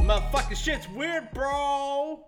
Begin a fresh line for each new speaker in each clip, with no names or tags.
motherfucking shit's weird, bro. All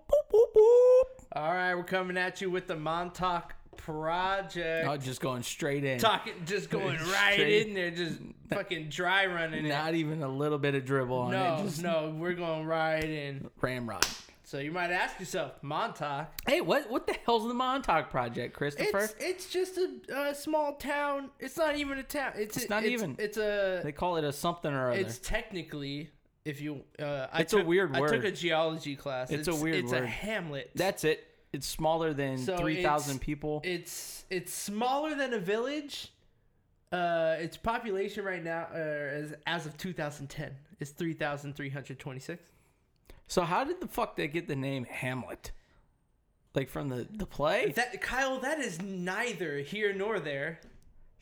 right, we're coming at you with the Montauk Project.
I'm just going straight in.
Talking, just going right
Oh, Straight-
in there, just fucking dry running it.
Not even a little bit of dribble on
No,
it. Just
no, we're going right in.
ramrod.
So you might ask yourself, Montauk.
Hey, what what the hell's the Montauk Project, Christopher?
It's it's just a uh, small town. It's not even a town. It's,
It's
a-
not
it's,
even.
It's a.
they call it a something or other.
It's technically, if you, uh, I
It's a
took-
weird
I
word.
took a geology class.
It's a weird
it's
word.
a hamlet.
That's it. It's smaller than
So
three thousand
it's-
people.
it's it's smaller than a village. Uh, its population right now, uh, as as of 2010, is 3,326.
so how did the fuck they get the name Hamlet? Like from the the play?
That Kyle, that is neither here nor there.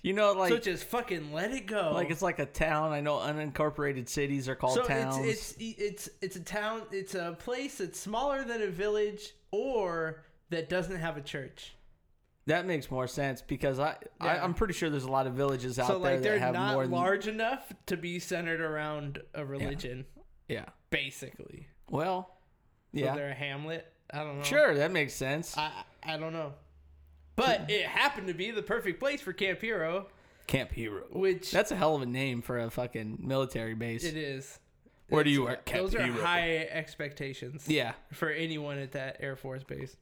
you know,
So
like
just fucking let it go.
like it's like a town. I know unincorporated cities are called
so
towns.
it's it's it's it's a town. It's a place that's smaller than a village or that doesn't have a church.
that makes more sense because I, I
Yeah.
I'm pretty sure there's a lot of villages out
So
there
like they're
that have
not
more than
large enough to be centered around a religion,
yeah.
basically.
Well,
So
yeah,
they're a hamlet. I don't know.
sure, that makes sense.
I I don't know. But it happened to be the perfect place for Camp Hero,
Camp Hero.
which
That's a hell of a name for a fucking military base.
it is.
Where do you work, Camp
Those are
Hero?
high expectations
Yeah,
for anyone at that Air Force base.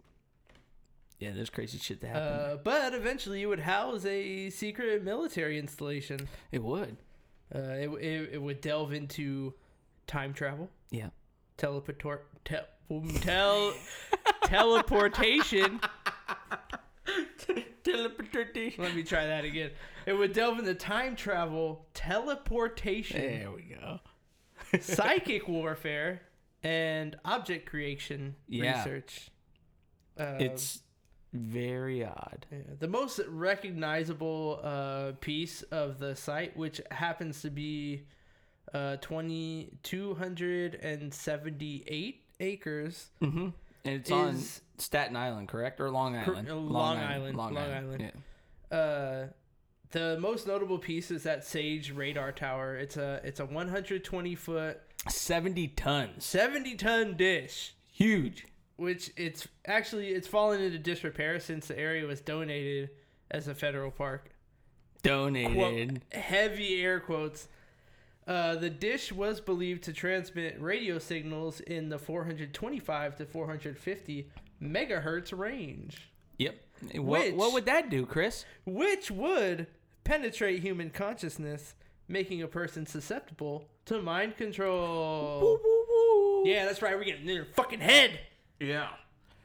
yeah, there's crazy shit that happened.
Uh, but eventually, it would house a secret military installation.
it would.
Uh, it, it, it would delve into time travel,
Yeah.
teleport, te- tel- teleportation.
Teleportation.
Let me try that again. It would delve into time travel, teleportation,
There we go.
psychic warfare and object creation
Yeah.
research. Uh,
It's very odd.
yeah, the most recognizable uh, piece of the site, which happens to be uh, 20, 278 acres.
Mm-hmm. And it's on
Is-
Staten Island, correct? Or Long
Cor-
Island?
uh, Long Island, Long Island.
Yeah.
Uh, the most notable piece is that Sage radar tower. It's a it's a 120 foot,
70 tons.
70 ton dish.
Huge.
which it's actually it's fallen into disrepair since the area was donated as a federal park. Quote,
Donated.
heavy air quotes. Uh, the dish was believed to transmit radio signals in the 425 to 450 megahertz range,
Yep. What,
Which-
what would that do, Chris?
which would penetrate human consciousness, making a person susceptible to mind control. Yeah, that's right. We're getting in your fucking head.
Yeah.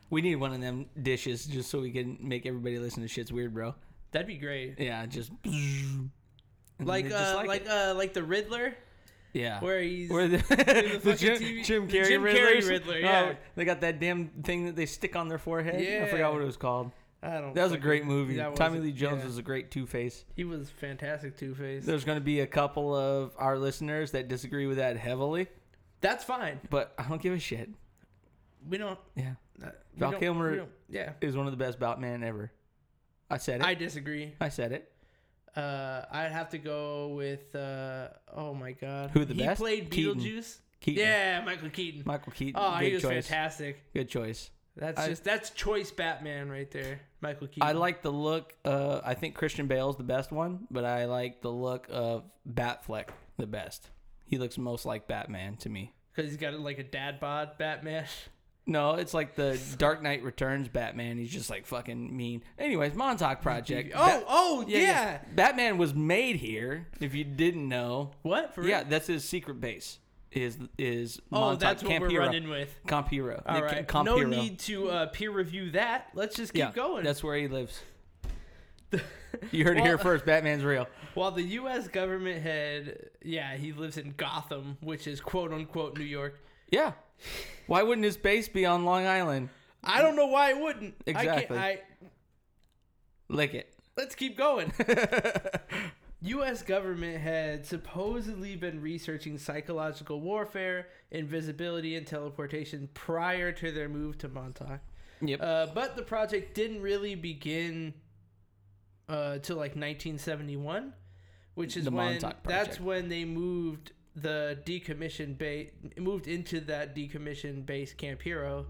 We need one of them dishes just so we can make everybody listen to shit's weird, bro.
That'd be great.
Yeah, just and then
Like
they
uh,
just
like,
it.
uh, like the Riddler.
yeah,
where he's
Where the, the,
fucking
Jim,
TV
Jim
the
Carrey
Jim Carrey
Riddlers?
Riddler,
Oh,
yeah.
they got that damn thing that they stick on their forehead. I
Yeah.
forgot what it was called.
I don't.
That was a
fucking-
great movie.
that was
Tommy
a-
Lee Jones
yeah.
was a great Two Face.
He was fantastic, Two Face.
There's going to be a couple of our listeners that disagree with that heavily,
That's fine.
but I don't give a shit.
We don't.
Yeah,
Uh, we
Val
don't-
Kilmer-
we don't- Yeah,
it was one of the best Batman ever. I said it.
I
I,
disagree.
said it.
Uh, I'd have to go with. Uh, oh my God.
Who the
he
best?
played
Keaton.
Beetlejuice.
Keaton.
Yeah, Michael Keaton.
Michael Keaton.
oh,
good
he was
choice.
fantastic.
Good choice.
That's
I-
just that's choice Batman right there, Michael Keaton.
I like the look. Uh, I think Christian Bale's the best one, but I like the look of Batfleck the best. He looks most like Batman to me.
because he's got like a dad bod Batman.
No, it's like the Dark Knight Returns Batman. He's just like fucking mean. Anyways, Montauk Project.
Oh,
Bat-
oh yeah.
Batman was made here. If you didn't know,
What? For real?
yeah, that's his secret base. Is is
Oh,
Montauk
that's what
Camp
we're
Hero.
running with.
Camp Hero.
All
They-
right.
Camp
no
Hero.
need to uh, peer review that. Let's just keep
yeah,
going.
That's where he lives. You heard it here
Well-
first. Batman's real.
While the U.S. government had, yeah, he lives in Gotham, which is quote unquote New York.
Yeah. Why wouldn't his base be on Long Island?
I don't know why it wouldn't.
Exactly.
I can't, I,
Lick it.
let's keep going. U.S. government had supposedly been researching psychological warfare, invisibility, and teleportation prior to their move to Montauk.
Yep.
Uh, but the project didn't really begin uh, till like 1971, which is
The
when
Montauk
that's
Project.
when they moved the decommissioned base moved into that decommissioned base Camp Hero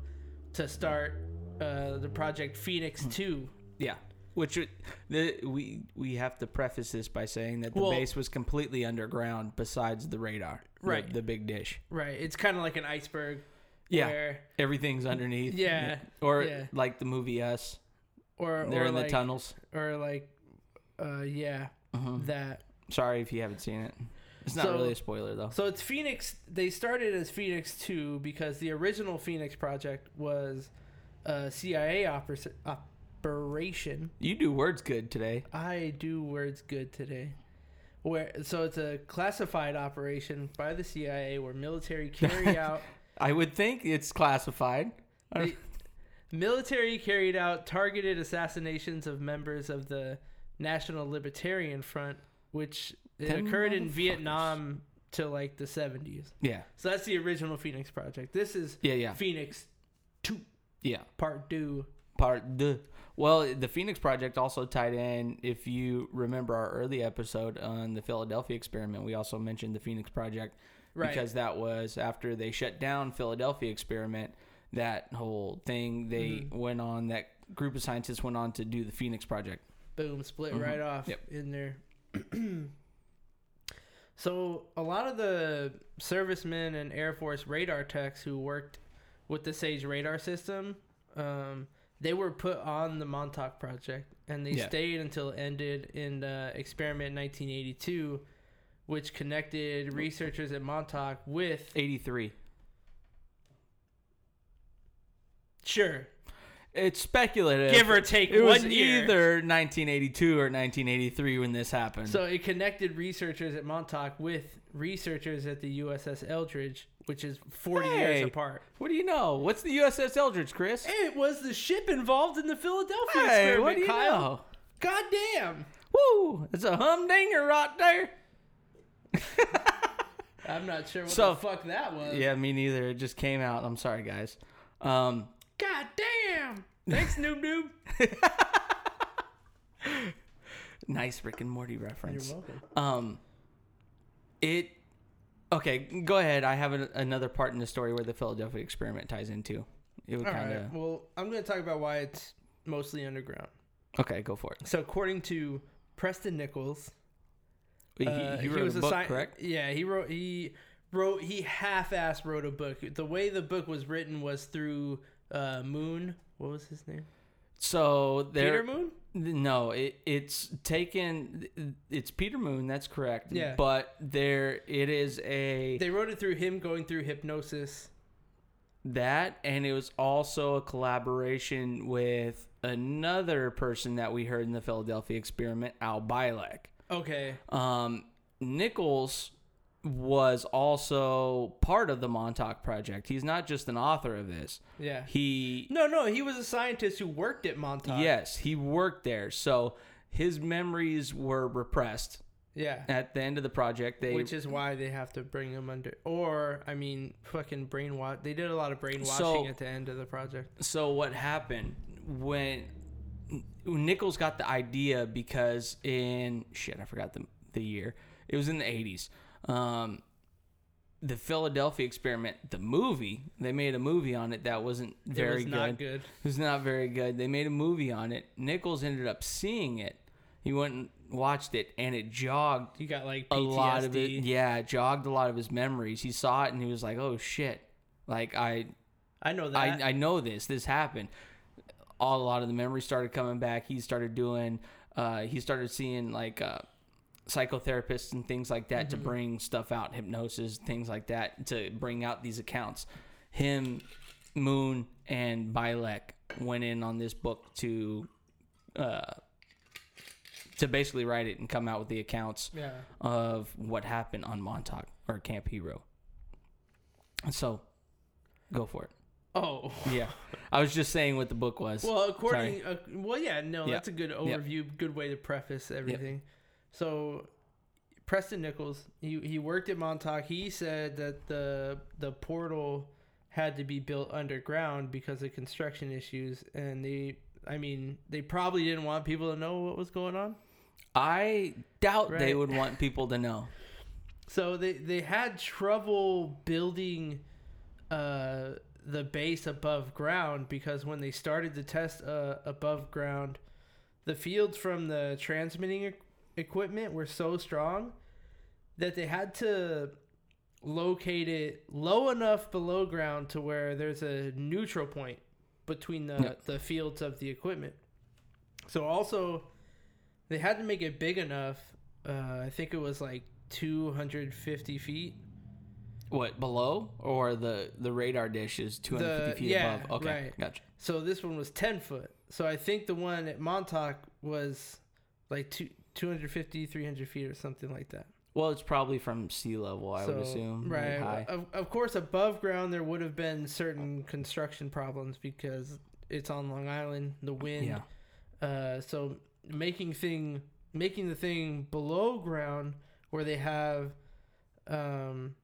to start uh, the project
Hmm.
Phoenix Two.
Yeah. Which it- the, we we have to preface this by saying that the
Well-
base was completely underground besides the radar, the-
Right.
The, big dish.
Right, it's kind of like an iceberg.
Yeah.
where,
Everything's underneath.
Yeah,
Or
yeah.
like the movie Us,
or
they're
or
in
like,
the tunnels.
or like, uh, yeah,
Uh-huh.
that.
Sorry if you haven't seen it. It's not
So-
really a spoiler though.
So it's Phoenix. They started as Phoenix Two because the original Phoenix project was a CIA oper- operation.
You do words good today.
I do words good today. Where so it's a classified operation by the CIA where military carry out
I would think it's classified.
They- military carried out targeted assassinations of members of the National Libertarian Front, which it
Them
occurred in
motherfuckers.
Vietnam till like the seventies.
Yeah.
So that's the original Phoenix Project. This is
Yeah, yeah.
Phoenix Two
Yeah.
Part Two.
Part the well, the Phoenix Project also tied in. If you remember our early episode on the Philadelphia experiment, we also mentioned the Phoenix Project
Right.
because that was after they shut down Philadelphia experiment. That whole thing they
Mm-hmm.
went on. That group of scientists went on to do the Phoenix Project.
boom, split right off
Mm-hmm. Yep.
in there. so a lot of the servicemen and Air Force radar techs who worked with the Sage radar system, um, they were put on the Montauk project, and they
Yeah.
stayed until it ended in uh, experiment 1982, which connected researchers at Montauk with
Eighty three.
sure,
It's speculative.
give or take
it
one
was
year.
either 1982 or 1983 when this happened.
So it connected researchers at Montauk with researchers at the USS Eldridge, which is 40
Hey.
years apart.
what do you know? What's the USS Eldridge, Chris?
It was the ship involved in the Philadelphia
Hey,
experiment,
what do you
Kyle.
know?
God damn.
Woo! It's a humdinger right there.
I'm not sure what
So-
the fuck that was.
Yeah, me neither. It just came out. I'm sorry, guys. Um,
God damn. Thanks, Noob Noob.
nice Rick and Morty reference.
welcome.
Um, it. Okay, go ahead. I have an, another part in the story where the Philadelphia experiment ties into. It would
All
kind of.
right. Well, I'm going to talk about why it's mostly underground.
Okay, go for it.
So according to Preston Nichols,
He,
Uh,
he wrote a book,
sci-
correct?
Yeah, he wrote he wrote he half-ass wrote a book. The way the book was written was through uh, Moon. What was his name?
So
Peter
there.
Moon.
No, it, it's taken. It's Peter Moon. That's correct.
Yeah.
But there, it is a
They wrote it through him going through hypnosis.
that, and it was also a collaboration with another person that we heard in the Philadelphia experiment, Al Bilek.
Okay,
Um, Nichols was also part of the Montauk Project. He's not just an author of this.
yeah.
He
No, no, he was a scientist who worked at Montauk.
yes, he worked there, so his memories were repressed.
yeah.
At the end of the project, they
Which is why they have to bring him under, or I mean, fucking brainwash. They did a lot of brainwashing
So-
at the end of the project.
so what happened when Nichols got the idea because in shit I forgot the the year it was in the 80s um the Philadelphia experiment the movie they made a movie on it that wasn't
it
very
was not
good.
good.
it was not very good they made a movie on it Nichols ended up seeing it he went and watched it and it jogged
You got like PTSD.
a lot of it yeah it jogged a lot of his memories he saw it and he was like oh shit like I
I know that.
I, I know this. This happened. All a lot of the memories started coming back. He started doing. Uh, he started seeing like uh, psychotherapists and things like that to bring stuff out, hypnosis, things like that to bring out these accounts. Him, Moon, and Bilek went in on this book to uh, to basically write it and come out with the accounts
yeah.
of what happened on Montauk or Camp Hero. So, go for it.
Oh.
Yeah, I was just saying what the book was.
Well, according, uh, well, yeah, no,
Yeah.
that's a good overview, good way to preface everything. So, Preston Nichols, he he worked at Montauk. He said that the the portal had to be built underground because of construction issues, and they, I mean, they probably didn't want people to know what was going on.
I doubt they
Right.
would want people to know.
So they they had trouble building uh, the base above ground because when they started to test uh, above ground, the fields from the transmitting e- equipment were so strong that they had to locate it low enough below ground to where there's a neutral point between the,
Yeah.
the fields of the equipment. So also they had to make it big enough. Uh, I think it was like 250 feet.
What below or the the radar dish is 250
The-
feet
yeah,
above? Okay,
right.
gotcha.
So this one was 10 foot. So I think the one at Montauk was like two, 250, 300 feet or something like that.
Well, it's probably from sea level, I would assume. like
Right.
high.
Of, of course, above ground, there would have been certain construction problems because it's on Long Island, the wind.
Yeah.
Uh, so making thing making the thing below ground where they have um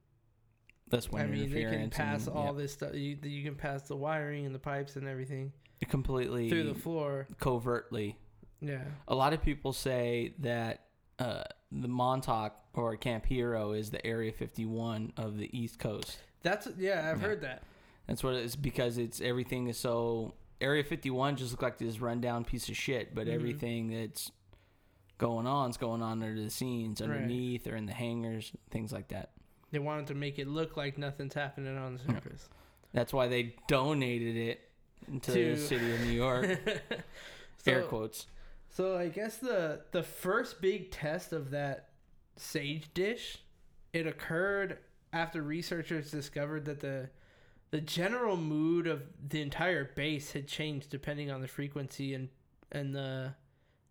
That's when
I mean they can
interference.
pass
and,
all
yeah.
this stuff you, you can pass the wiring and the pipes and everything
completely
through the floor
covertly.
yeah
A lot of people say that uh, the Montauk or Camp Hero is the Area 51 of the East Coast.
that's yeah I've
Yeah.
heard that
That's what it's because it's everything is so Area 51 just looked like this rundown piece of shit, but
Mhm.
everything that's going on is going on under the scenes,
Right.
underneath or in the hangars, things like that.
they wanted to make it look like nothing's happening on the surface
That's why they donated it to,
To-
the city of New York.
so,
air quotes.
So I guess the the first big test of that sage dish, it occurred after researchers discovered that the the general mood of the entire base had changed depending on the frequency and and the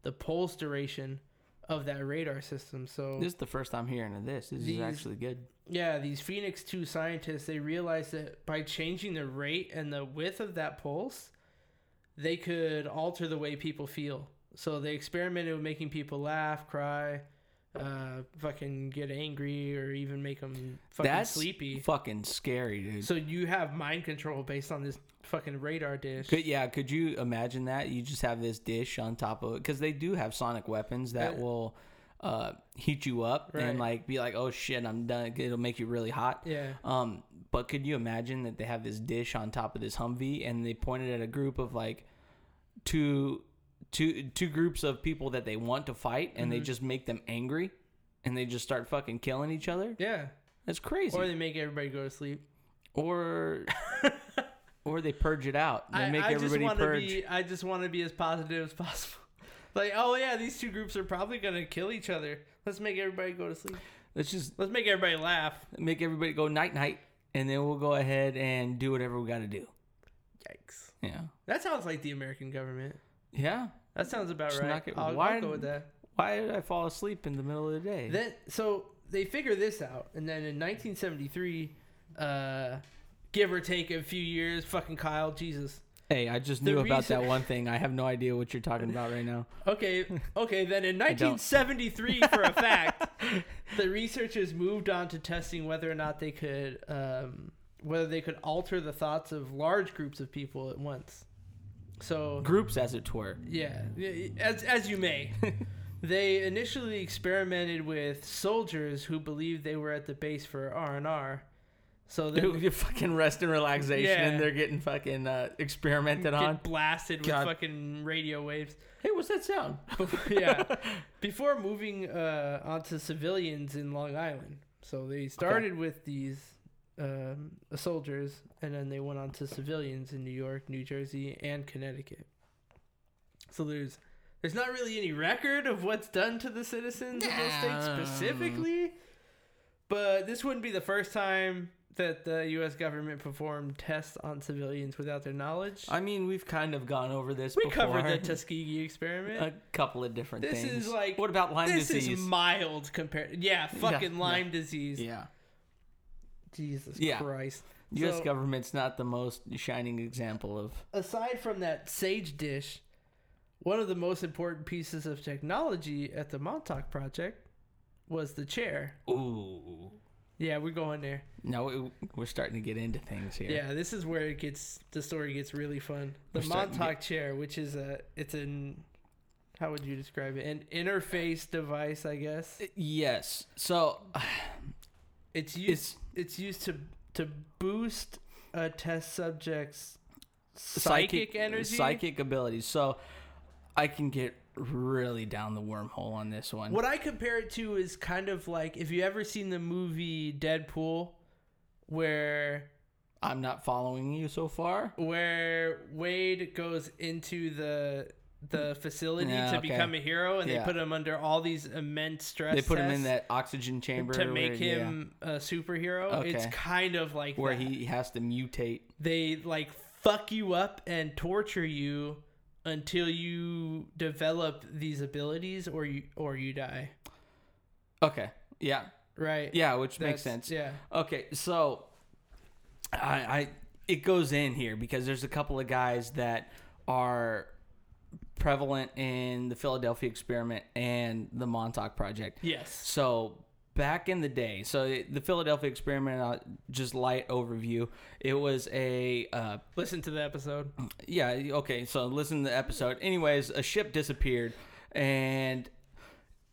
the pulse duration of that radar system. So
This is the first time hearing of this. This
These-
is actually good.
yeah, these Phoenix 2 scientists, they realized that by changing the rate and the width of that pulse, they could alter the way people feel. So they experimented with making people laugh, cry, uh, fucking get angry, or even make them fucking
That's
sleepy.
fucking scary, dude.
so you have mind control based on this fucking radar dish.
Could, yeah, could you imagine that? You just have this dish on top of it because they do have sonic weapons that
Yeah.
will uh, heat you up
Right.
and like be like, oh shit, I'm done. It'll make you really hot.
Yeah.
Um, but could you imagine that they have this dish on top of this Humvee and they pointed at a group of like two two two groups of people that they want to fight and
Mm-hmm.
they just make them angry and they just start fucking killing each other?
Yeah.
That's crazy.
Or they make everybody go to sleep.
or or they purge it out. They
I,
make
I just
everybody
want to
purge.
be I just want to be as positive as possible. like, oh yeah, these two groups are probably gonna kill each other. Let's make everybody go to sleep.
Let's just
Let's make everybody laugh.
make everybody go night night, and then we'll go ahead and do whatever we got to do.
Yikes.
Yeah,
That sounds like the American government.
yeah.
That sounds about
Just
right.
knock it-
I'll, I'll go
why didn't-
with that.
Why did I fall asleep in the middle of the day?
Then so they figure this out, and then in 1973, uh, give or take a few years, fucking Kyle, Jesus.
hey, I just
the
knew about that
reason-
one thing. I have no idea what you're talking about right now.
Okay, okay. Then in
don't.
1973, for a fact, the researchers moved on to testing whether or not they could, um, whether they could alter the thoughts of large groups of people at once. So
Groups, as it were.
Yeah, y- as as you may. they initially experimented with soldiers who believed they were at the base for R and R. So they
Dude, you fucking rest and relaxation,
Yeah.
and they're getting fucking uh, experimented on.
get blasted with
God.
fucking radio waves.
Hey, what's that sound?
yeah. Before moving uh, onto civilians in Long Island, so they started with these um, soldiers, and then they went on to civilians in New York, New Jersey, and Connecticut. So there's there's not really any record of what's done to the citizens of those states
Nah.
specifically, but this wouldn't be the first time that the U.S. government performed tests on civilians without their knowledge.
I mean, we've kind of gone over this.
we
before.
covered the Tuskegee experiment.
a couple of different
This
things.
is like-
what about Lyme
this
disease?
is mild compared. Yeah, fucking
yeah.
Lyme disease.
yeah,
Jesus
Yeah.
Christ.
U.S.
So-
government's not the most shining example of.
Aside from that sage dish, one of the most important pieces of technology at the Montauk project was the chair.
Ooh.
Yeah, we're going there.
No, we- we're starting to get into things here.
Yeah, this is where it gets the story gets really fun. The
We're starting to
Montauk chair, which is a it's an how would you describe it? An interface device, I guess.
Yes. So
It's used. It's,
It's-
used to to boost a test subject's psychic,
psychic,
energy.
psychic abilities. So I can get really down the wormhole on this one.
What I compare it to is kind of like if you ever seen the movie Deadpool, where
I'm not following you so far.
where Wade goes into the the facility
Hmm. Yeah,
to
okay.
become a hero, and
Yeah.
they put him under all these immense stress.
They put him in
tests
that oxygen chamber
to
where-
make
yeah,
him a superhero. It's
Okay.
kind of like
where
that.
he has to mutate.
they like fuck you up and torture you until you develop these abilities or you or you die.
Okay. Yeah.
Right.
Yeah, which
That's-
makes sense.
Yeah.
Okay, so I, I it goes in here because there's a couple of guys that are prevalent in the Philadelphia experiment and the Montauk project.
Yes.
So back in the day, so it, the Philadelphia experiment, uh, just light overview. It was a uh,
Listen to the episode.
yeah, okay, so listen to the episode. Anyways, a ship disappeared and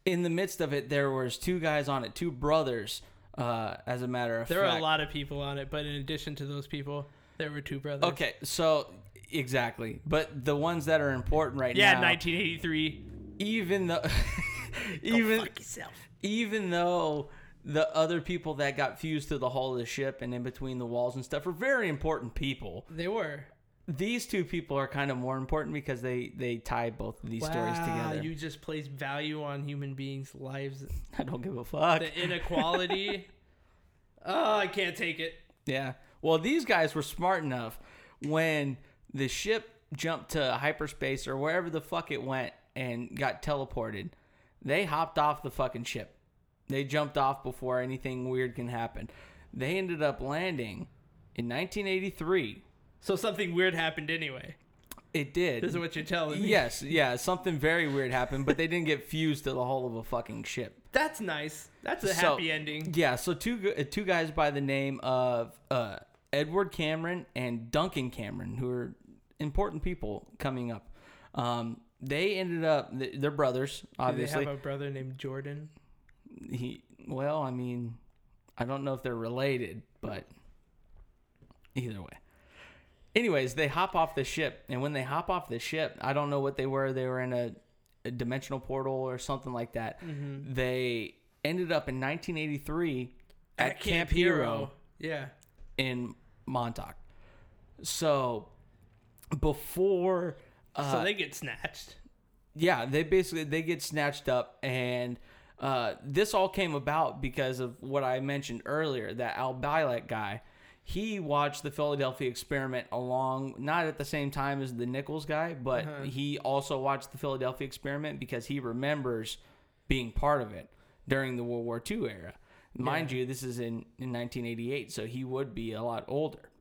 in the midst of it there was two guys on it, two brothers, uh, as a matter of
There
fact.
were a lot of people on it, but in addition to those people, there were two brothers.
Okay, so exactly. But the ones that are important right
Yeah,
now
1983.
even though even
Fuck yourself.
even though the other people that got fused to the hull of the ship and in between the walls and stuff are very important people.
They were.
These two people are kind of more important because they they tie both of these stories
Wow,
together.
You just place value on human beings' lives.
I don't give a fuck.
The inequality. oh, I can't take it.
Yeah. Well, these guys were smart enough when the ship jumped to hyperspace or wherever the fuck it went and got teleported. They hopped off the fucking ship. They jumped off before anything weird can happen. They ended up landing in 1983.
So something weird happened anyway.
It did.
This is what you're telling me.
yes, yeah, something very weird happened, but they didn't get fused to the hull of a fucking ship.
That's nice. That's a
So-
happy ending.
Yeah, so two gu- uh, two guys by the name of uh, Edward Cameron and Duncan Cameron, who are important people coming up. Um, they ended up th- they're brothers,
Obviously.
obviously.
They have a brother named Jordan.
he well, I mean, I don't know if they're related, but either way. Anyways, they hop off the ship, and when they hop off the ship, I don't know what they were. They were in a, a dimensional portal or something like that. They ended up in 1983 at, Camp, Hero
Yeah.
in Montauk. So before uh,
so they get snatched.
yeah, they basically they get snatched up and uh, this all came about because of what I mentioned earlier, that Al Bilek guy. He watched the Philadelphia experiment along not at the same time as the Nichols guy, but he also watched the Philadelphia experiment because he remembers being part of it during the World War II era. Mind you, this is in, in 1988, so he would be a lot older.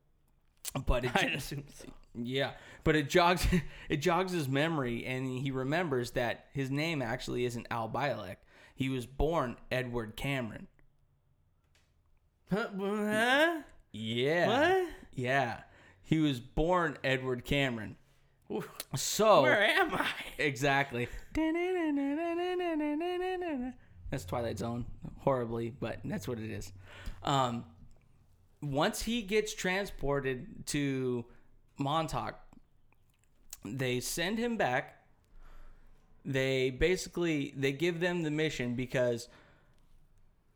But it,
I assume so.
yeah, but it jogs it jogs his memory, and he remembers that his name actually isn't Al Bilek. He was born Edward Cameron.
Huh? Huh?
Yeah.
What?
Yeah. He was born Edward Cameron.
Wh-
So
Where am I?
exactly. That's Twilight Zone, horribly, but that's what it is. Um, once he gets transported to Montauk, they send him back. They basically they give them the mission because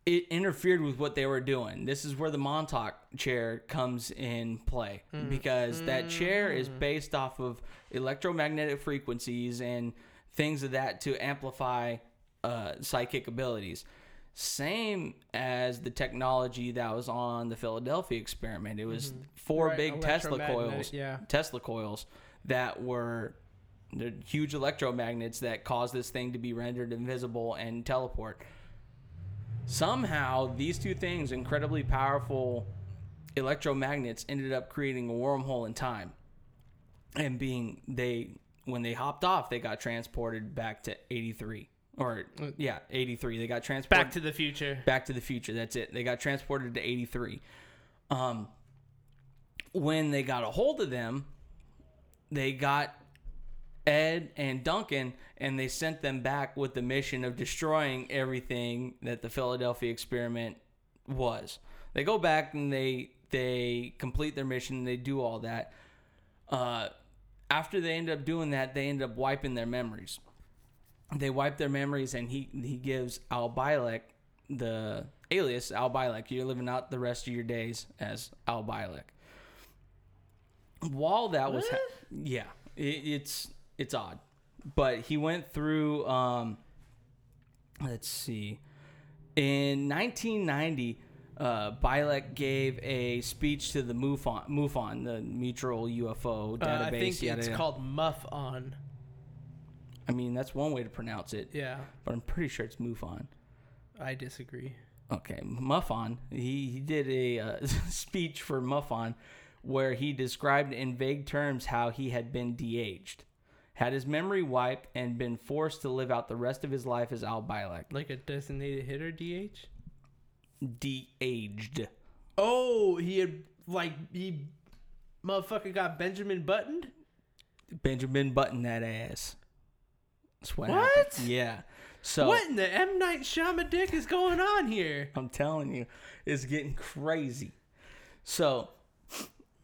it interfered with what they were doing. This is where the Montauk chair comes in play
Mm-hmm.
because that chair is based off of electromagnetic frequencies and things of that to amplify uh, psychic abilities. Same as the technology that was on the Philadelphia experiment. It was
Mm-hmm.
four
Right,
big Tesla
electromagnetic,
coils.
yeah.
Tesla coils that were they're huge electromagnets that caused this thing to be rendered invisible and teleport. Somehow, these two things, incredibly powerful electromagnets, ended up creating a wormhole in time. And being they, when they hopped off, they got transported back to 83. Or, yeah, 83. They got transported
Back to the future.
Back to the Future. That's it. They got transported to 83. Um, when they got a hold of them, they got Ed and Duncan and they sent them back with the mission of destroying everything that the Philadelphia experiment was. They go back and they they complete their mission. They do all that. Uh, after they end up doing that, they end up wiping their memories. They wipe their memories, and he he gives Al Bilek the alias Al Bilek. You're living out the rest of your days as Al Bilek. While that was, ha- yeah, it, it's it's odd, but he went through. Um, let's see. In 1990, uh, Bilek gave a speech to the MUFON, MUFON the Mutual UFO
Uh,
Database.
I think
yada,
it's
yada.
called Muff On.
I mean, that's one way to pronounce it,
Yeah,
but I'm pretty sure it's MUFON.
I disagree.
Okay, Muffon. He he did a uh, speech for Muffon where he described in vague terms how he had been de-aged, had his memory wiped, and been forced to live out the rest of his life as Al Bilek.
Like a designated hitter, DH.
De-aged.
Oh, he had like he motherfucker got Benjamin buttoned.
Benjamin Button that ass. That's what?
What?
happened. Yeah. So
What in the M Night Shyamalan dick is going on here?
I'm telling you, it's getting crazy. So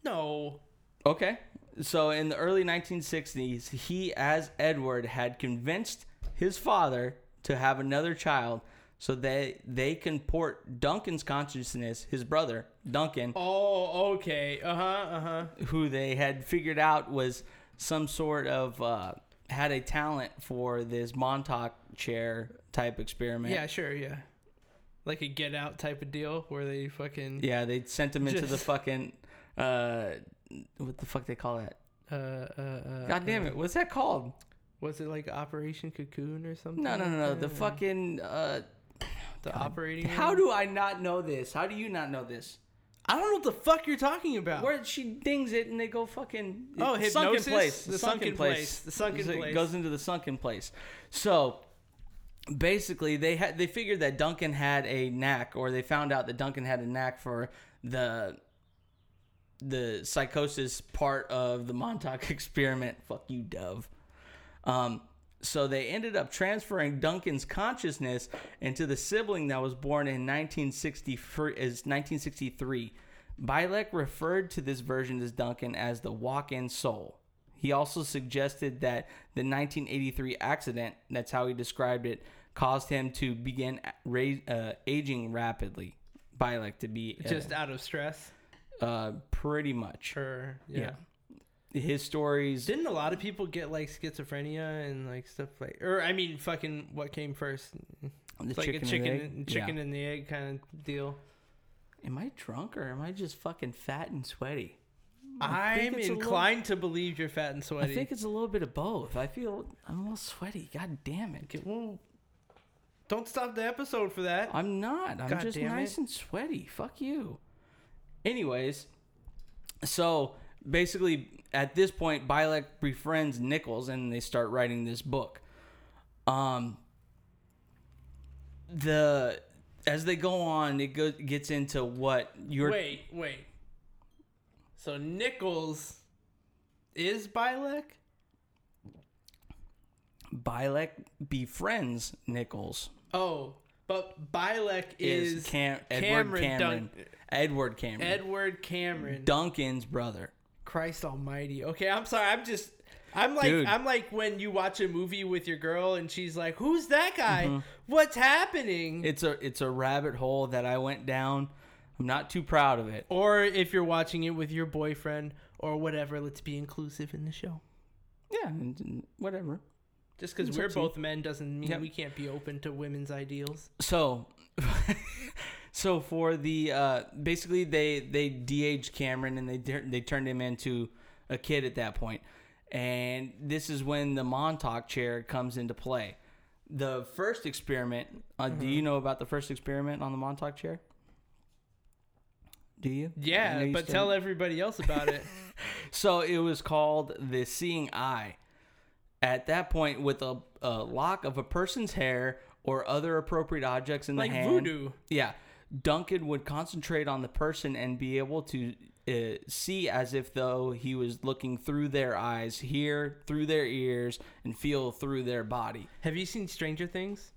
No.
Okay. So in the early 1960s, he, as Edward, had convinced his father to have another child so that they can port Duncan's consciousness, his brother, Duncan,
Oh, okay. Uh huh. Uh huh.
who they had figured out was some sort of, uh, had a talent for this Montauk chair type experiment.
Yeah, sure. Yeah. Like a Get Out type of deal where they fucking
Yeah, they sent him into the
Just-
fucking, uh, what the fuck they call that?
uh uh. uh
God damn it. What's that called?
Was it like Operation Cocoon or something?
No, no, no, no.
like
The
that?
fucking, uh,
the operating.
How
room?
do I not know this? How do you not know this?
I don't know what the fuck you're talking about?
Where she dings it and they go fucking
Oh,
it's
hypnosis? The sunken place. The sunken
So it
place.
goes into the sunken place. So basically, they had they figured that Duncan had a knack, or they found out that Duncan had a knack for the the psychosis part of the Montauk experiment. Fuck you, Dove. Um, so they ended up transferring Duncan's consciousness into the sibling that was born in 1963. Is 1963. Bilek referred to this version as Duncan as the walk-in soul. He also suggested that the 1983 accident, that's how he described it, caused him to begin a- ra- uh, aging rapidly. Bilek to be uh,
Just out of stress.
uh, pretty much.
Sure. yeah.
Yeah. His stories.
Didn't a lot of people get like schizophrenia and like stuff like, or I mean, fucking what came first?
The
It's like a
and
chicken,
egg?
and-
Yeah.
chicken and the egg kind of deal.
Am I drunk or am I just fucking fat and sweaty? I think
I'm
it's a
inclined to believe you're fat and
I
sweaty.
think it's a little bit of both. I feel I'm a little sweaty. God damn it.
Okay, well, don't stop the episode for that.
I'm not. I'm
God
just
damn
nice
it.
and sweaty. Fuck you. Anyways, so basically at this point, Bilek befriends Nichols and they start writing this book. Um, the as they go on, it go, gets into what you're.
wait, wait. So Nichols is Bilek?
Bilek befriends Nichols.
Oh, but Bilek
Is,
is,
Cam, Edward
Cameron
Cameron?
Dun-
Edward Cameron.
Edward Cameron.
Duncan's brother.
Christ Almighty. Okay, I'm sorry. I'm just. I'm like
Dude.
I'm like when you watch a movie with your girl and she's like, "Who's that guy?
Mm-hmm.
What's happening?"
It's a it's a rabbit hole that I went down. I'm not too proud of it.
or if you're watching it with your boyfriend or whatever, let's be inclusive in the show.
Yeah, and- and whatever.
Just because
It's
we're
up to you.
both men doesn't mean
Yep.
we can't be open to women's ideals.
So, so for the uh, basically they they de-aged Cameron and they tur- they turned him into a kid at that point, and this is when the Montauk chair comes into play. The first experiment. Uh,
Mm-hmm.
Do you know about the first experiment on the Montauk chair? Do you? I know
Yeah,
you
but
still-
tell everybody else about it.
So it was called the seeing eye. At that point, with a, a lock of a person's hair or other appropriate objects in
like
the hand,
voodoo.
yeah, Duncan would concentrate on the person and be able to uh, see as if though he was looking through their eyes, hear through their ears, and feel through their body.
Have you seen Stranger Things?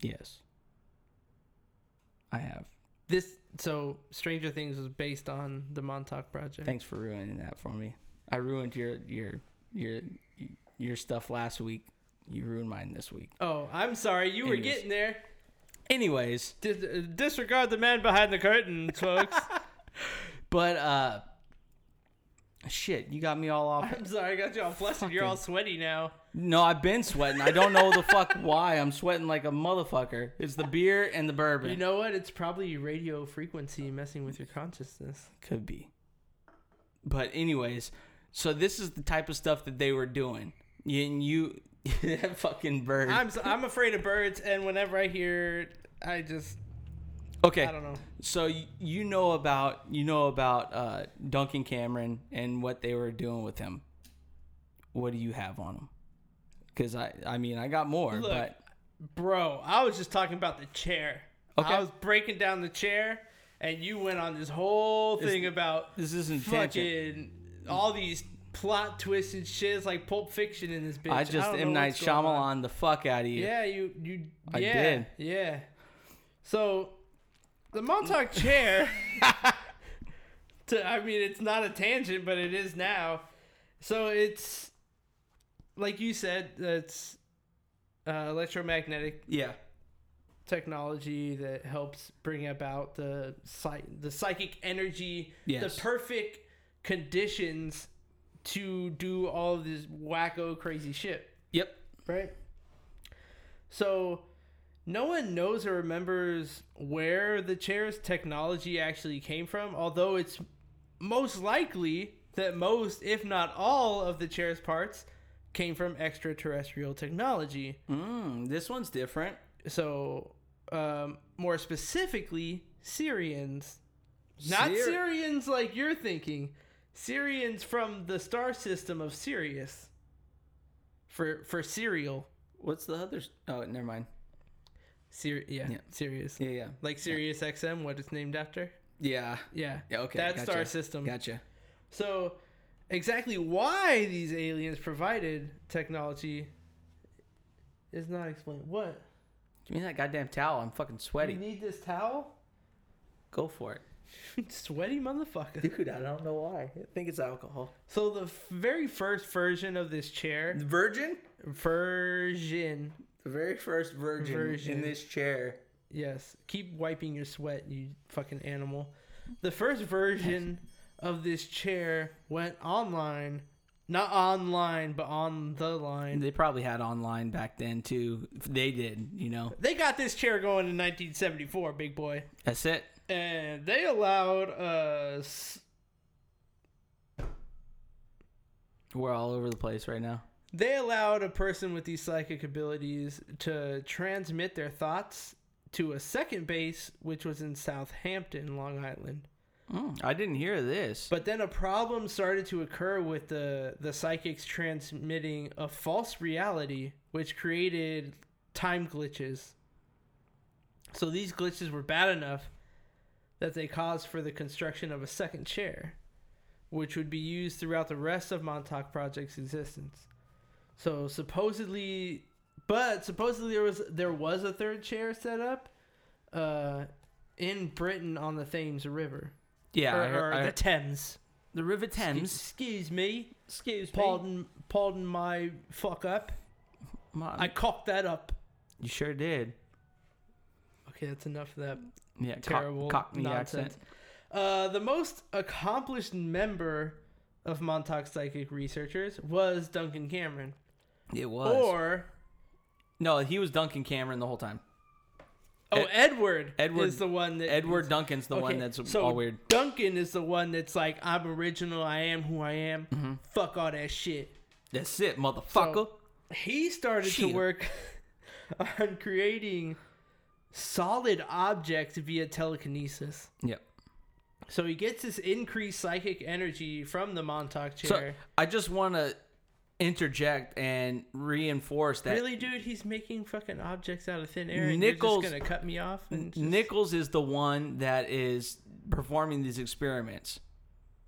Yes. I have.
This so Stranger Things was based on the Montauk Project.
Thanks for ruining that for me. I ruined your your your your stuff last week. You ruined mine this week.
oh, I'm sorry, you were
Anyways.
getting there.
Anyways,
Dis- uh, disregard the man behind the curtain, folks.
but uh shit, you got me all off.
I'm sorry, I got you all flustered. You're all sweaty now.
No, I've been sweating. I don't know the fuck why. I'm sweating like a motherfucker. It's the beer and the bourbon.
You know what? It's probably radio frequency messing with your consciousness.
Could be. But anyways, so this is the type of stuff that they were doing. You- And you that fucking bird.
I'm s- I'm afraid of birds, and whenever I hear, it, I just
okay.
I don't know.
So y- you know about you know about uh, Duncan Cameron and what they were doing with him. What do you have on him? Because I I mean I got more,
Look,
but
Bro, I was just talking about the chair.
Okay.
I was breaking down the chair, and you went on this whole thing about
this isn't tangent.
fucking all these plot twists and shit. It's like Pulp Fiction in this bitch.
I just
don't know
M Night
what's going on.
Shyamalan the fuck out of you.
Yeah, you you.
I
yeah,
did.
Yeah. So, the Montauk chair. to I mean, it's not a tangent, but it is now. So it's like you said, that's uh, electromagnetic
Yeah.
technology that helps bring about the psych- the psychic energy,
Yes.
the perfect conditions to do all of this wacko crazy shit.
Yep.
Right. So no one knows or remembers where the chair's technology actually came from, although it's most likely that most, if not all, of the chair's parts came from extraterrestrial technology.
Mm, this one's different.
So, um, more specifically, Syrians. Not
Syri-
Syrians like you're thinking. Syrians from the star system of Sirius. For for cereal.
What's the other? s- Oh, never mind.
Sir- yeah,
Yeah.
Sirius.
Yeah, yeah,
Like Sirius XM, what it's named after.
yeah.
Yeah.
Yeah, okay,
That
gotcha.
star system.
Gotcha.
So, exactly why these aliens provided technology is not explained. What?
Give me that goddamn towel. I'm fucking
You
sweaty.
need this towel?
Go for it,
Sweaty motherfucker.
dude. I don't know why. I think it's alcohol.
So the f- very first version of this chair,
Virgin.
version,
The very first virgin,
Virgin.
in this chair.
yes, keep wiping your sweat, you fucking animal. The first version of this chair went online, not online, but on the line.
They probably had online back then too. They did, you know.
They got this chair going in 1974, big boy,
That's it.
and they allowed us.
We're all over the place right now.
They allowed a person with these psychic abilities to transmit their thoughts to a second base, which was in Southampton, Long Island.
Mm, I didn't hear this.
But then a problem started to occur with the the psychics transmitting a false reality, which created time glitches. So these glitches were bad enough that they caused for the construction of a second chair, which would be used throughout the rest of Montauk Project's existence. So supposedly, but supposedly there was there was a third chair set up, uh, in Britain on the Thames River
yeah,
or,
I heard-
or
I-
the Thames.
the River
Excuse,
Thames.
excuse me.
Excuse
Pardon, pardon my fuck up.
Mom,
I cocked that up.
you sure did.
Okay, that's enough of that
Yeah, cock-
terrible
Cockney
nonsense.
accent.
Uh, the most accomplished member of Montauk psychic researchers was Duncan Cameron,
It was.
or
no, he was Duncan Cameron the whole time.
oh
Ed-
Edward.
Edward-
is the one that
Edward Duncan's the one
Okay,
that's
so
all weird.
Duncan is the one that's like, I'm original. I am who I am. Fuck all that shit.
That's it, motherfucker.
he started to
Shit.
work on creating solid objects via telekinesis.
yep.
So he gets this increased psychic energy from the Montauk
So
chair.
I just want to interject and reinforce that
really, dude, he's making fucking objects out of thin air. And
Nichols-
you're just gonna cut me off and just,
Nichols is the one that is performing these experiments.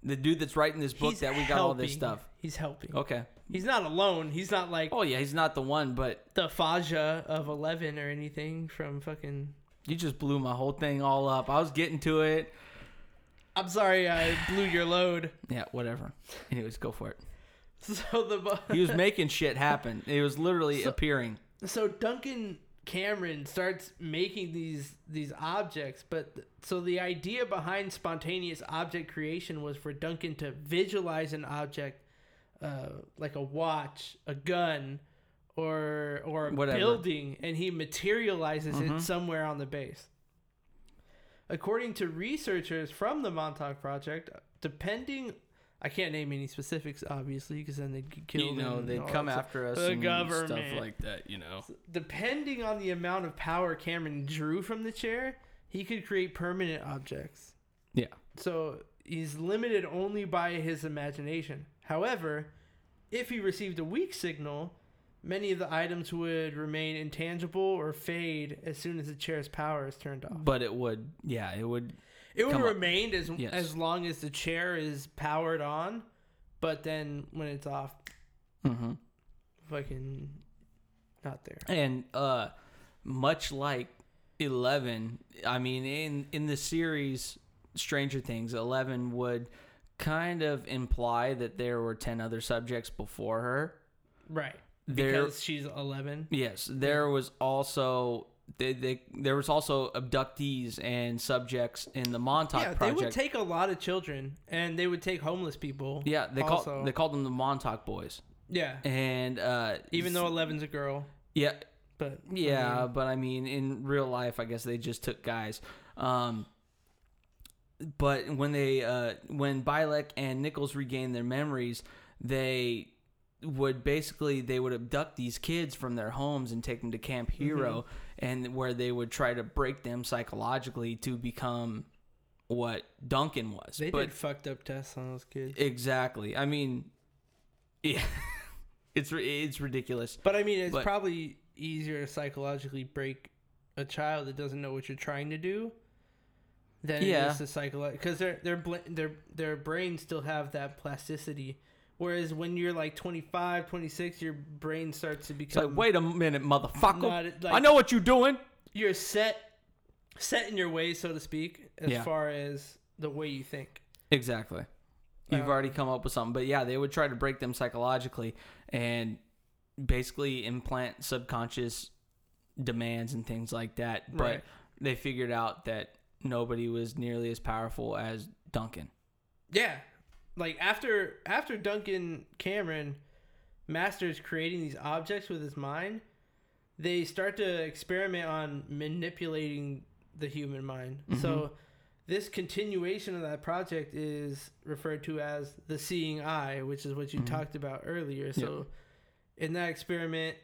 The dude that's writing this book
he's
that we got all this
helping.
stuff. Oh.
He's helping.
Okay.
He's not alone. He's not like
Oh yeah, he's not the one, but
the Faja of Eleven or anything from fucking
You just blew my whole thing all up. I was getting to it.
I'm sorry, I blew your load.
Yeah, whatever. Anyways, go for it.
So the bu-
He was making shit happen. It was literally appearing.
so Duncan Cameron starts making these these objects, but th- so the idea behind spontaneous object creation was for Duncan to visualize an object, uh, like a watch, a gun, or or a
Whatever. Mm-hmm.
building, and he materializes it somewhere on the base. According to researchers from the Montauk Project, depending. I can't name any specifics, obviously, because then they'd get killed.
You know,
and
they'd
all
come
that stuff.
after us
The
and
government.
stuff like that. You know,
Depending on the amount of power Cameron drew from the chair, he could create permanent objects.
yeah.
So he's limited only by his imagination. However, if he received a weak signal, many of the items would remain intangible or fade as soon as the chair's power is turned off.
But it would, yeah, it would.
It would
Come up.
remain as
Yes.
as long as the chair is powered on, but then when it's off, Mm-hmm.
hmm
fucking not there.
And uh, much like Eleven, I mean, in in the series Stranger Things, Eleven would kind of imply that there were ten other subjects before her.
Right.
There-
Because she's 11.
Yes,
Mm-hmm.
there was also they, they, there was also abductees and subjects in the Montauk
yeah,
project.
they would take a lot of children, and they would take homeless people.
yeah, they
also.
called they called them the Montauk Boys,
yeah.
and uh,
Even though Eleven's a girl,
yeah,
but I
yeah,
mean,
but I mean, in real life, I guess they just took guys. Um, but when they uh, when Bilek and Nichols regained their memories, they would basically they would abduct these kids from their homes and take them to Camp
Mm-hmm.
Hero, and where they would try to break them psychologically to become what Duncan was.
they
but
did fucked up tests on those kids.
exactly, I mean, yeah, it's ri- it's ridiculous.
But I mean, it's
but-
probably easier to psychologically break a child that doesn't know what you're trying to do than it
Yeah.
is to psychological because their their bl- their their brains still have that plasticity. Whereas when you're like 25, 26, your brain starts to
It's like,
become
wait a minute, motherfucker!
Um, Not it- like-
I know what you're doing.
you're set set in your ways, so to speak, as
Yeah.
far as the way you think.
Exactly. You've
Um,
already come up with something. But yeah, they would try to break them psychologically and basically implant subconscious demands and things like that. But
Right.
they figured out that nobody was nearly as powerful as Duncan.
Yeah. Like after after Duncan Cameron masters creating these objects with his mind, they start to experiment on manipulating the human mind.
Mm-hmm.
So this continuation of that project is referred to as the seeing eye, which is what you
Mm-hmm.
talked about earlier. So in that experiment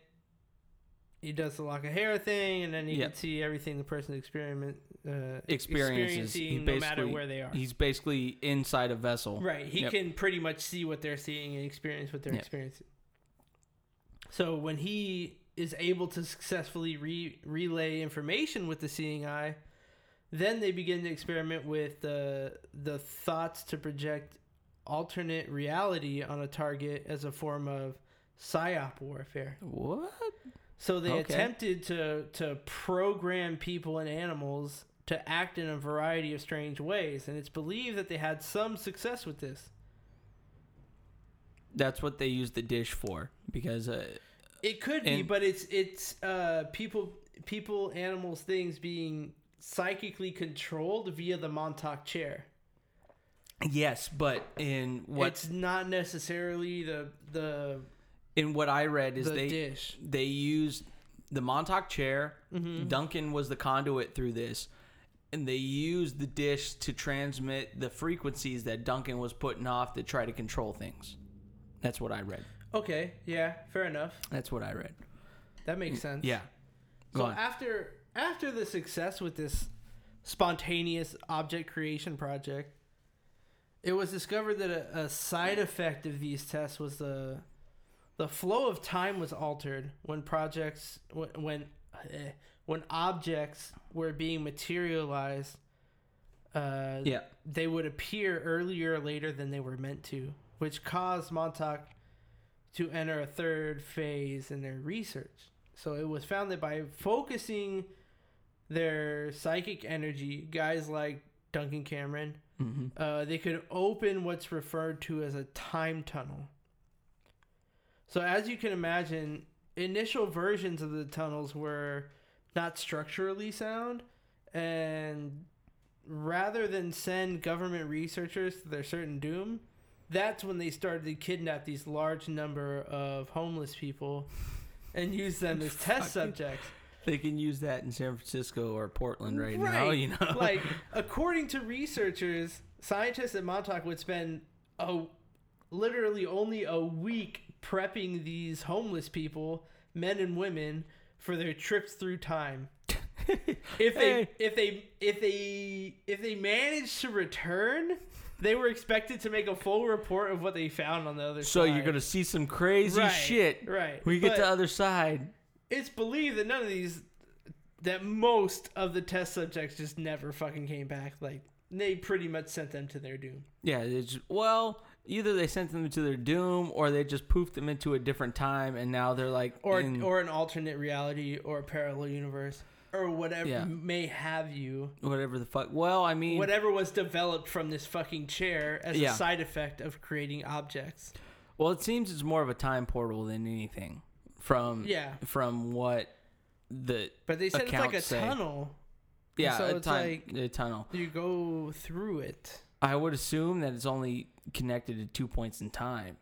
he does the lock of hair thing, and then he
Yep.
can see everything the person experiment uh,
Experiences. He
experiencing, no matter
basically-
where they are.
He's basically inside a vessel.
Right. He
Yep.
can pretty much see what they're seeing and experience what they're
Yeah.
experiencing. So when he is able to successfully re- relay information with the seeing eye, then they begin to experiment with the the thoughts to project alternate reality on a target as a form of psyop warfare.
What?
So they
Okay.
attempted to to program people and animals to act in a variety of strange ways, and it's believed that they had some success with this.
That's what they use the dish for because uh,
It could be,
And-
but it's it's uh, people people animals things being psychically controlled via the Montauk chair.
yes, but in what
It's not necessarily the the
in what I read is
the
they
dish.
they used the Montauk chair.
Mm-hmm.
Duncan was the conduit through this, and they used the dish to transmit the frequencies that Duncan was putting off to try to control things. That's what I read.
Okay, yeah, fair enough.
That's what I read.
That makes sense.
Yeah. Go
So
on.
after after the success with this spontaneous object creation project, it was discovered that a, a side effect of these tests was the the flow of time was altered when projects when when, eh, when objects were being materialized. Uh,
yeah.
they would appear earlier or later than they were meant to, which caused Montauk to enter a third phase in their research. So it was found that by focusing their psychic energy, guys like Duncan Cameron,
Mm-hmm.
uh, they could open what's referred to as a time tunnel. So, as you can imagine, initial versions of the tunnels were not structurally sound, and rather than send government researchers to their certain doom, that's when they started to kidnap these large number of homeless people and use them as test
Fucking-
subjects.
They can use that in San Francisco or Portland right, now.
Right.
You know,
like according to researchers scientists at montauk would spend a literally only a week prepping these homeless people men and women for their trips through time if they
Hey.
if they if they if they managed to return they were expected to make a full report of what they found on the other
so
side
you're gonna see some crazy
Right,
shit
right
when you get
But-
to the other side.
it's believed that none of these that most of the test subjects just never fucking came back like they pretty much sent them to their doom
Yeah, it's well, either they sent them to their doom or they just poofed them into a different time and now they're like
or
in-
or an alternate reality or a parallel universe or whatever
Yeah.
may have you
whatever the fuck. Well, I mean,
whatever was developed from this fucking chair as
Yeah.
a side effect of creating objects
well, it seems it's more of a time portal than anything from
yeah
from what the
but they said it's like a
Accounts say-
tunnel
yeah,
so
a
it's
time
like-
a tunnel.
you go through it
I would assume that it's only connected to two points in time.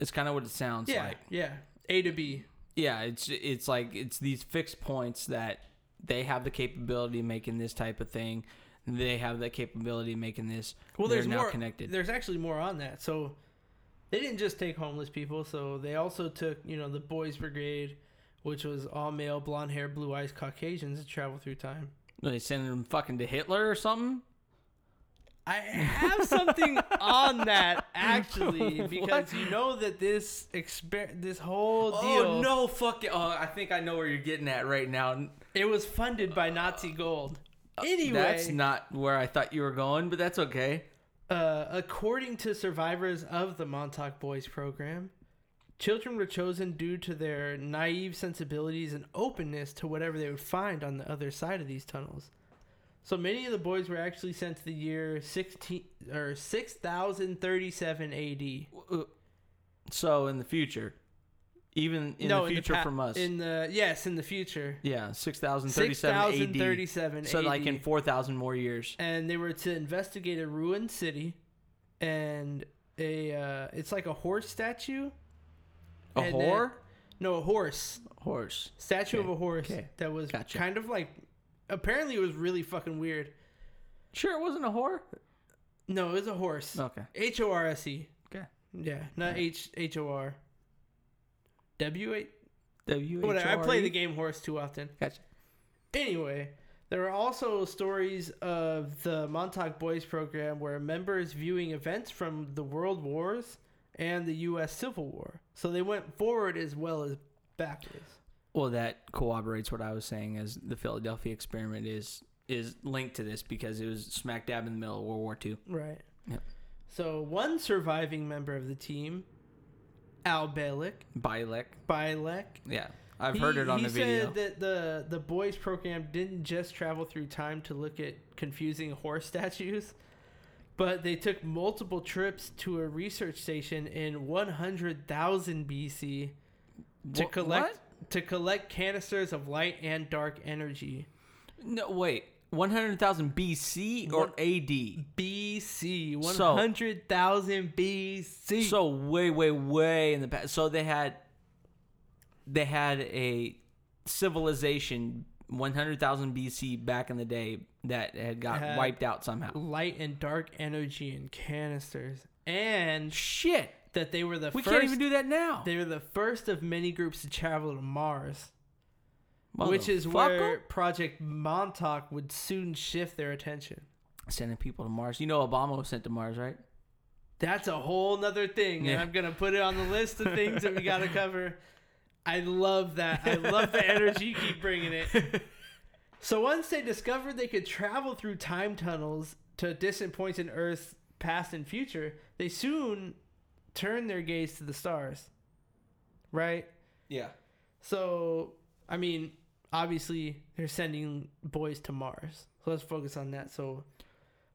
It's kind of what it sounds
yeah
like.
yeah a to b
Yeah, it's it's like it's these fixed points that they have the capability of making this type of thing. They have the capability of making this.
Well,
They're
there's
now
more.
connected.
There's actually more on that. So they didn't just take homeless people. So they also took, you know, the Boys Brigade, which was all male, blonde hair, blue eyes, Caucasians to travel through time.
They sending them fucking to Hitler or something.
I have something on that actually because you know that this exper- this whole deal,
Oh no, fucking! Oh, I think I know where you're getting at right now.
it was funded by Nazi gold. Anyway,
Uh, that's not where I thought you were going, but that's okay.
Uh, according to survivors of the Montauk Boys program, children were chosen due to their naive sensibilities and openness to whatever they would find on the other side of these tunnels. So many of the boys were actually sent to the year 16 or 6037 AD.
So in the future, even in the future
pa-
from us,
In the yes, in the future.
yeah, six thousand thirty-seven AD.
6037
So like in
AD.
four thousand more years.
and they were to investigate a ruined city and a uh, it's like a horse statue.
A
And then-
whore,
No, a horse.
horse.
statue of
Okay.
a horse
Okay.
that was
Gotcha.
kind of like apparently it was really fucking weird.
Sure, it wasn't a whore.
No, it was a horse.
Okay.
H O R S E.
Okay.
Yeah, not H H O R. W H. E?
W H
Whatever. I
R. E?
play the game horse too often.
Gotcha.
Anyway, there are also stories of the Montauk Boys program where members viewing events from the World Wars and the U.S. Civil War. So they went forward as well as backwards.
Well, that corroborates what I was saying. As the Philadelphia experiment is is linked to this because it was smack dab in the middle of World War II.
Right.
Yep.
So one surviving member of the team, Al Balek,
Bilek.
Bilek.
Yeah, I've heard it on the video.
said that the the boys program didn't just travel through time to look at confusing horse statues, but they took multiple trips to a research station in 100,000 BC to
Wha-
collect to collect canisters of light and dark energy.
what? No, wait. 100,000 BC or
One-
AD?
BC,
So-
100,000 BC.
So way, way, way in the past. So they had, they had a civilization 100,000 BC back in the day that had got
Had-
wiped out somehow.
light and dark energy in canisters, and
Shit,
that they were the
we
1st
can't even do that now.
they were the first of many groups to travel to Mars, which is where
Motherfucker.
Project Montauk would soon shift their attention.
sending people to Mars. You know, Obama was sent to Mars, right?
That's a whole nother thing, and
Yeah.
I'm gonna put it on the list of things that we gotta cover. I love that. I love the energy. You keep bringing it. So once they discovered they could travel through time tunnels to distant points in Earth's past and future, they soon turned their gaze to the stars. Right.
Yeah.
So I mean, obviously they're sending boys to Mars. So let's focus on that. So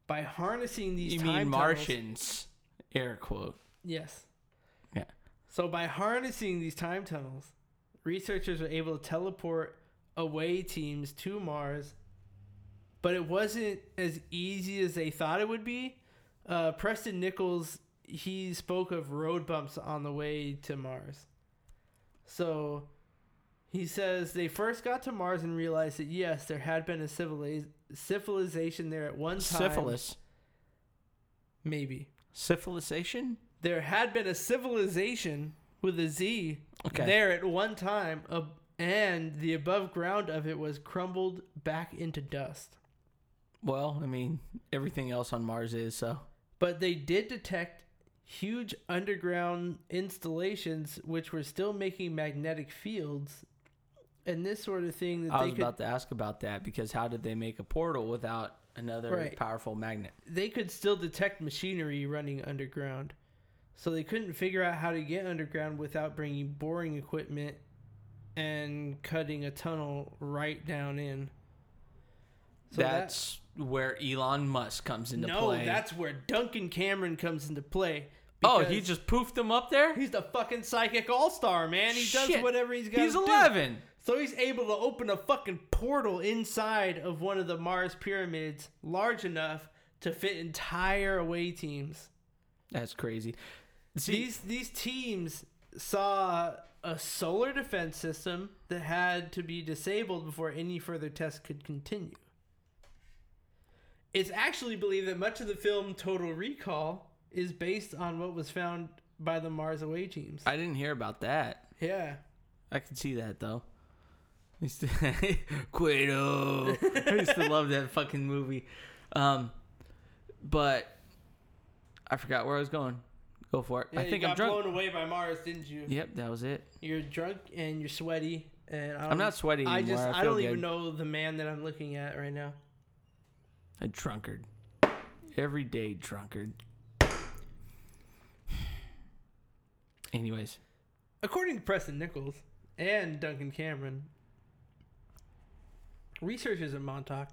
by harnessing these
You
time
mean
tunnels-
Martians? Air quote.
yes.
Yeah.
So by harnessing these time tunnels, researchers were able to teleport away teams to Mars. But it wasn't as easy as they thought it would be. Uh, Preston Nichols he spoke of road bumps on the way to Mars. So he says they first got to Mars and realized that yes, there had been a civiliz- civilization there at one time.
Syphilis.
maybe
Syphilisation?
there had been a civilization with a Z
Okay.
there at one time, ab- and the above ground of it was crumbled back into dust.
Well, I mean, everything else on Mars is, so.
But they did detect huge underground installations which were still making magnetic fields and this sort of thing that
I
they
was
could
about to ask about that because how did they make a portal without another
Right.
powerful magnet?
they could still detect machinery running underground. So they couldn't figure out how to get underground without bringing boring equipment and cutting a tunnel right down in. So that-
that's where Elon Musk comes into
no,
play.
that's where Duncan Cameron comes into play.
oh,
because
he just poofed them up there.
he's the fucking psychic all star, man. He does
Shit.
whatever he's got.
He's eleven.
So he's able to open a fucking portal inside of one of the Mars pyramids, large enough to fit entire away teams.
That's crazy. See,
these these teams saw a solar defense system that had to be disabled before any further tests could continue. It's actually believed that much of the film Total Recall is based on what was found by the Mars away teams.
I didn't hear about that.
Yeah.
I can see that though. I used to- Quato. I used to love that fucking movie. Um, but I forgot where I was going. Go for it.
Yeah,
I think
you
I'm
got
drunk.
blown away by Mars, didn't you?
Yep, that was it.
You're drunk and you're sweaty and I
I'm not sweaty anymore.
I just I,
feel
don't even
good.
know the man that I'm looking at right now.
A drunkard. Everyday drunkard. Anyways,
According to Preston Nichols and Duncan Cameron, researchers at Montauk,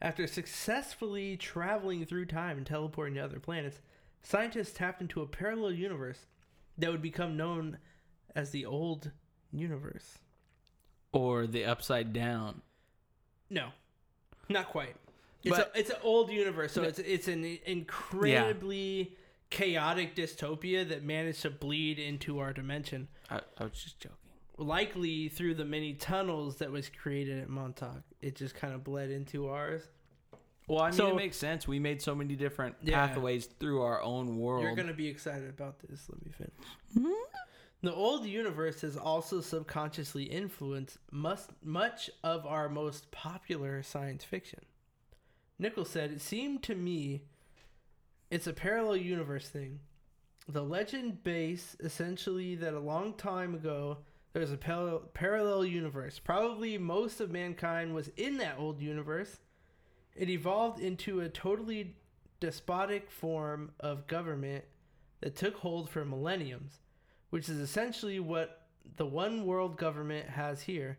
after successfully traveling through time and teleporting to other planets, scientists tapped into a parallel universe that would become known as the Old Universe.
or the upside down.
No, not quite. It's,
But-
a, it's an old universe, so it's it's an incredibly chaotic dystopia that managed to bleed into our dimension.
I, I was just joking.
likely through the many tunnels that was created at Montauk. It just kind of bled into ours.
Well, I mean,
So-
it makes sense. We made so many different
Yeah.
pathways through our own world.
You're going to be excited about this. Let me finish. The old universe has also subconsciously influenced must, much of our most popular science fiction. Nichols said, It seemed to me it's a parallel universe thing. The legend base essentially that a long time ago there's a pal- parallel universe. Probably most of mankind was in that old universe. It evolved into a totally despotic form of government that took hold for millenniums, which is essentially what the one world government has here.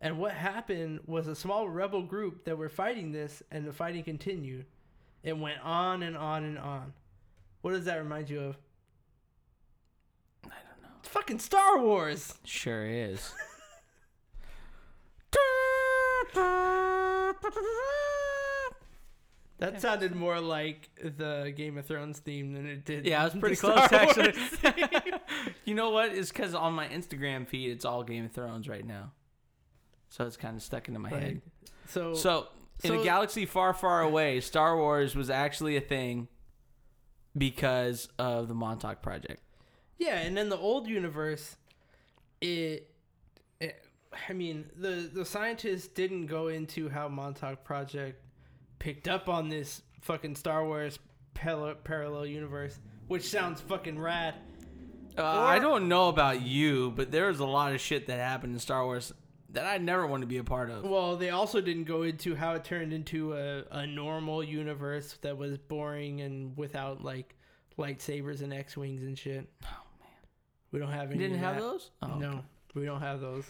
And what happened was a small rebel group that were fighting this, and the fighting continued. It went on and on and on. What does that remind you of?
I don't know.
It's fucking Star Wars!
Sure is.
That sounded more like the Game of Thrones theme than it did.
Yeah, I was
the
pretty
Star
close actually.
Wars.
you know what? It's because on my Instagram feed, it's all Game of Thrones right now, so it's kind of stuck into my
Right.
head.
So,
So, in
So-
a galaxy far, far away, Star Wars was actually a thing because of the Montauk Project.
yeah, and then the old universe, it, it I mean, the the scientists didn't go into how Montauk Project picked up on this fucking Star Wars pal- parallel universe, which sounds fucking rad.
Uh, I don't know about you, but there was a lot of shit that happened in Star Wars that I never want to be a part of.
Well, they also didn't go into how it turned into a, a normal universe that was boring and without like lightsabers and X wings and shit. Oh man, we don't have any.
You didn't
of
have
that.
those? Oh,
No, we don't have those.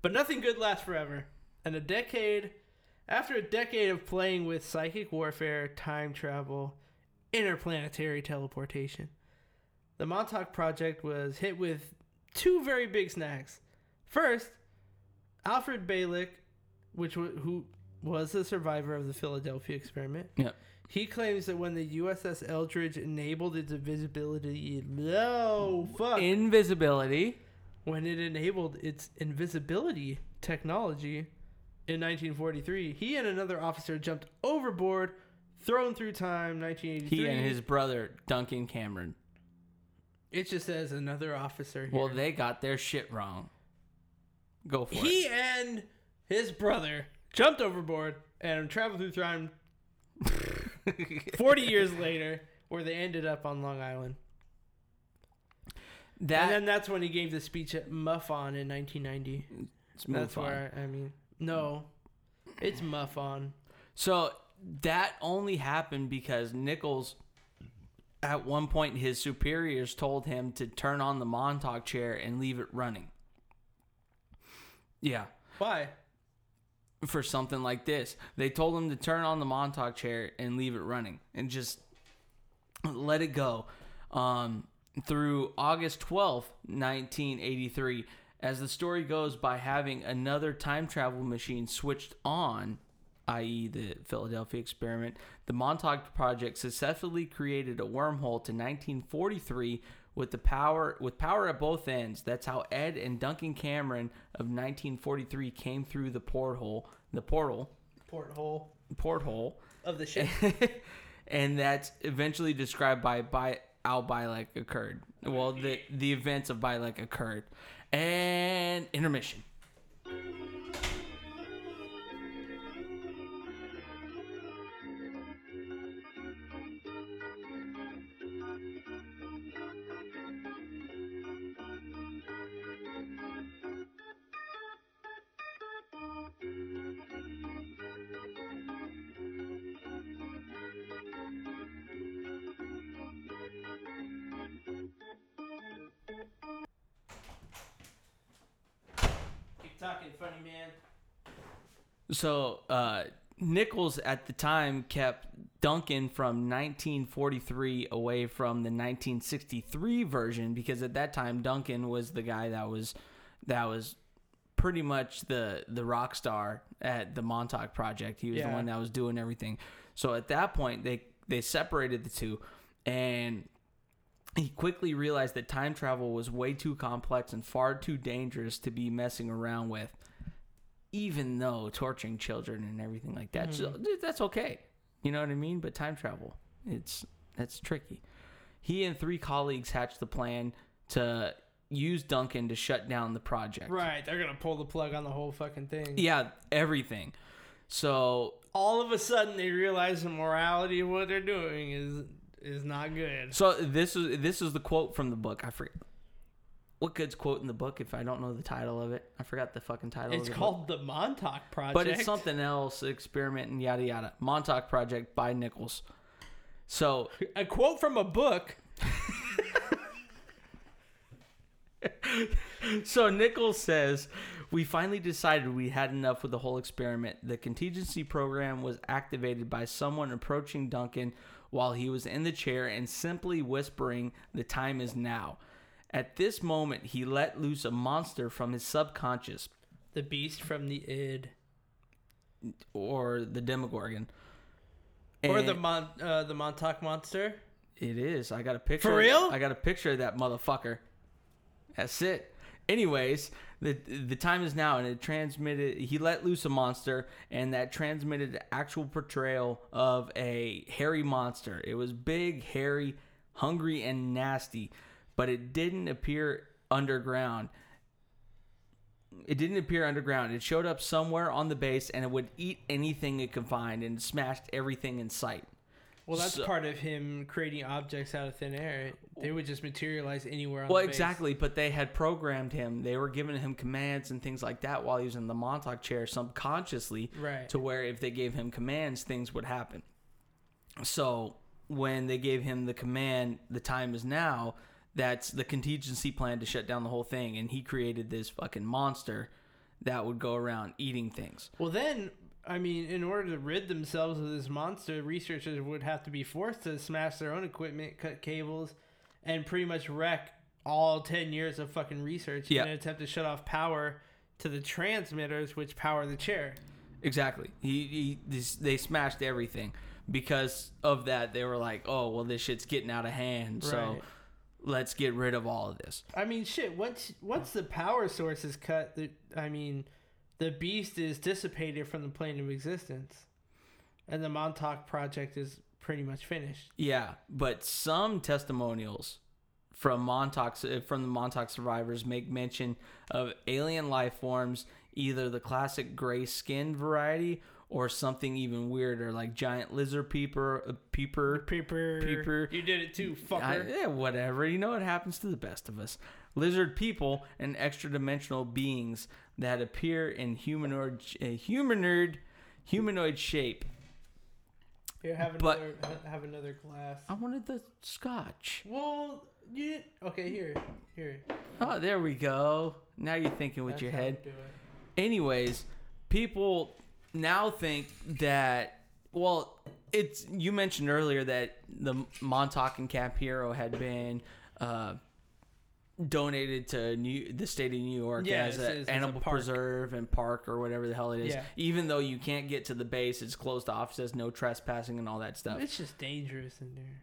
But nothing good lasts forever. And a decade, after a decade of playing with psychic warfare, time travel, interplanetary teleportation, the Montauk Project was hit with two very big snags. First, Alfred Balick, which w- who was the survivor of the Philadelphia experiment,
Yeah.
he claims that when the USS Eldridge enabled its invisibility, no fuck,
Invisibility.
when it enabled its invisibility technology in 1943, he and another officer jumped overboard, thrown through time. 1983.
He and his brother Duncan Cameron.
it just says another officer. Here.
Well, they got their shit wrong. Go for it.
he and his brother jumped overboard and traveled through time 40 years later, where they ended up on Long Island.
That
and then that's when he gave the speech at Muffon in 1990.
Let's move
that's
on.
where I mean, no, it's Muffon.
So that only happened because Nichols, at one point, his superiors told him to turn on the Montauk chair and leave it running. Yeah,
Why?
for something like this, they told him to turn on the Montauk chair and leave it running and just let it go. Um, through August 12th, 1983, as the story goes, by having another time travel machine switched on, i.e., the Philadelphia experiment, the Montauk Project successfully created a wormhole to 1943 with the power with power at both ends. That's how Ed and Duncan Cameron of 1943 came through the porthole, the portal,
Porthole
porthole
of the ship.
and that's eventually described by by how Bilek occurred. Well, the the events of Bilek occurred, and intermission.
Keep talking, funny man.
So uh, Nichols at the time kept Duncan from 1943 away from the 1963 version because at that time Duncan was the guy that was that was pretty much the the rock star at the Montauk Project. He was the
Yeah.
one that was doing everything. So at that point they they separated the two and he quickly realized that time travel was way too complex and far too dangerous to be messing around with, even though torturing children and everything like that. So,
Mm-hmm.
dude, that's okay. You know what I mean? But time travel, it's that's tricky. He and three colleagues hatched the plan to use Duncan to shut down the project.
Right, they're gonna pull the plug on the whole fucking thing.
Yeah, everything. So
All of a sudden, they realize the morality of what they're doing is is not good.
So this is this is the quote from the book. I forget what good's quote in the book if I don't know the title of it. I forgot the fucking title.
It's
of the book.
called the Montauk Project.
but it's something else. Experiment and yada yada. Montauk Project by Nichols. So
a quote from a book.
so Nichols says, We finally decided we had enough with the whole experiment. The contingency program was activated by someone approaching Duncan while he was in the chair and simply whispering, The time is now. At this moment, he let loose a monster from his subconscious,
The Beast from the Id,
or the Demogorgon.
or
And
the Mon- uh, the Montauk Monster.
It is. I got a picture.
For real?
I got a picture of that motherfucker. That's it. Anyways, the the time is now, and it transmitted. He let loose a monster, and that transmitted the actual portrayal of a hairy monster. It was big, hairy, hungry, and nasty, but it didn't appear underground. It didn't appear underground. It showed up somewhere on the base, and it would eat anything it could find, and smashed everything in sight.
Well, that's
So-
part of him creating objects out of thin air. They would just materialize anywhere on
Well,
the base.
exactly, but they had programmed him. They were giving him commands and things like that while he was in the Montauk chair subconsciously
Right.
to where if they gave him commands, things would happen. So when they gave him the command, the time is now, that's the contingency plan to shut down the whole thing. And he created this fucking monster that would go around eating things.
Well, then, I mean, in order to rid themselves of this monster, researchers would have to be forced to smash their own equipment, cut cables, and pretty much wreck all 10 years of fucking research
Yeah.
in an attempt to shut off power to the transmitters, which power the chair.
Exactly. He, he this, they smashed everything because of that. They were like, "Oh, well, this shit's getting out of hand, so
Right.
let's get rid of all of this."
I mean, shit, once, once the power source is cut, the, I mean, the beast is dissipated from the plane of existence. And the Montauk project is pretty much finished.
Yeah, but some testimonials from Montauk uh, from the Montauk survivors make mention of alien life forms, either the classic gray skin variety or something even weirder, like giant lizard peeper, uh, peeper,
Peeper.
Peeper.
You did it too, fucker.
I- yeah, whatever. You know what happens to the best of us. Lizard people and extra-dimensional beings that appear in humanoid, uh, humanoid, humanoid shape.
Here, have
But- Oh.
another have another glass.
I wanted the scotch.
Well, you didn't. Okay, here, here.
Oh, there we go. Now you're thinking with
That's
your
how
head.
we do
Anyways, people now think that well, it's you mentioned earlier that the Montauk and Camp Hero had been uh, donated to New, the state of New York
Yeah,
as
it's- it's- it's
an
a
animal
park.
preserve and park or whatever the hell it is.
Yeah.
Even though you can't get to the base, it's closed off, says no trespassing and all that stuff
it. It's just dangerous in there.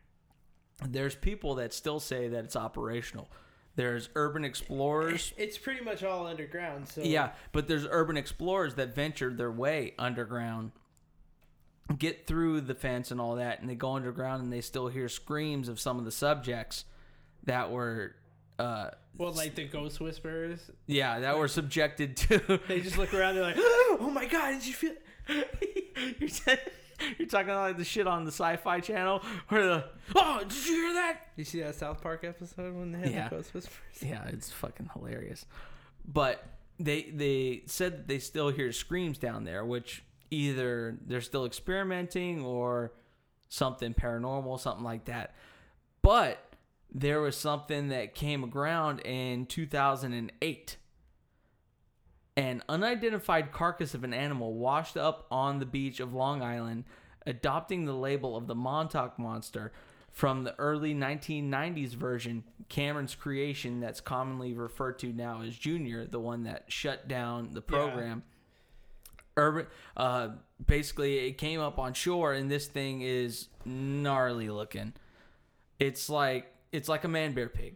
there's people that still say that it's operational. There's urban explorers.
It's pretty much all underground. So
Yeah, but there's urban explorers that venture their way underground, get through the fence and all that, and they go underground and they still hear screams of some of the subjects that were, uh,
Well, like the ghost whisperers,
yeah, that were subjected to.
they just look around. They're like, "Oh my god, did you feel?"
you're, t- you're talking like the shit on the Sci-Fi Channel where the oh, did you hear that?
You see that South Park episode when they had
Yeah.
the ghost whisperers?
Yeah, it's fucking hilarious. But they they said that they still hear screams down there, which either they're still experimenting or something paranormal, something like that. But there was something that came aground in 2008. An unidentified carcass of an animal washed up on the beach of Long Island, adopting the label of the Montauk Monster from the early 1990s version, Cameron's creation, that's commonly referred to now as Junior, the one that shut down the program. Urban, uh, basically, it came up on shore, and this thing is gnarly looking. It's like it's like a man bear pig.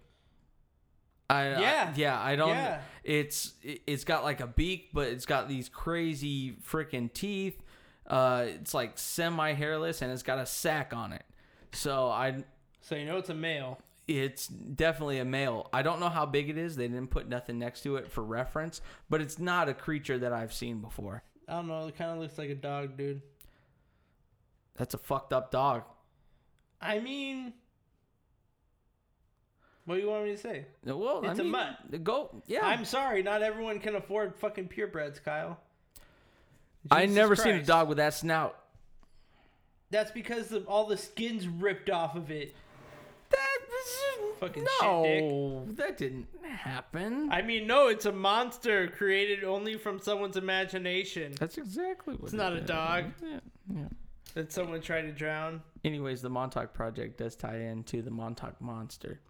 I, I-
Yeah.
yeah. I don't.
Yeah.
It's it- it's got like a beak, but it's got these crazy freaking teeth. Uh, it's like semi hairless, and it's got a sack on it. So I,
So you know it's a male.
it's definitely a male. I don't know how big it is. They didn't put nothing next to it for reference, but it's not a creature that I've seen before.
I don't know. It kind of looks like a dog, dude.
That's a fucked up dog.
I mean, what do you want me to say?
Well,
It's
I
a
mean,
mutt.
Go. Yeah.
I'm sorry, not everyone can afford fucking purebreds, Kyle.
I
Jesus
never seen a
Christ.
dog with that snout.
That's because the, all the skin's ripped off of it.
That
Fucking
no, that didn't happen.
I mean, no, it's a monster created only from someone's imagination
That's exactly what. It's
not a dog.
Yeah, yeah.
that someone tried to drown.
Anyways, the Montauk Project does tie into the Montauk Monster.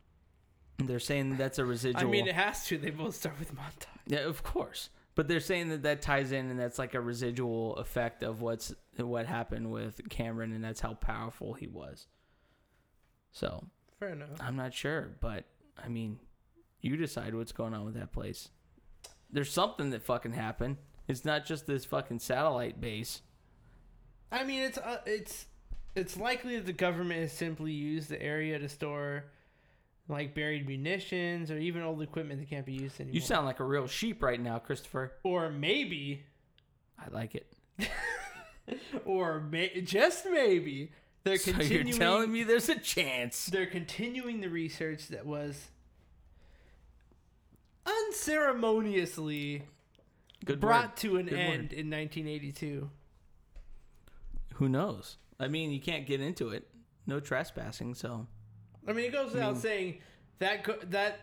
They're saying that that's a residual.
I mean, it has to. They both start with Montauk.
yeah, of course. But they're saying that that ties in, and that's like a residual effect of what's what happened with Cameron, and that's how powerful he was. So
Fair enough.
I'm not sure, but I mean, you decide what's going on with that place. There's something that fucking happened. It's not just this fucking satellite base.
I mean, it's uh, it's it's likely that the government has simply used the area to store like buried munitions or even old equipment that can't be used anymore.
You sound like a real sheep right now, Christopher.
or maybe,
I like it.
or may- just maybe they're
So you're
continuing.
telling me there's a chance?
they're continuing the research that was unceremoniously
Good
brought
word.
to an
Good
end
word.
in 1982.
Who knows? I mean, you can't get into it. No trespassing, so Mm.
I mean, it goes without saying that go- that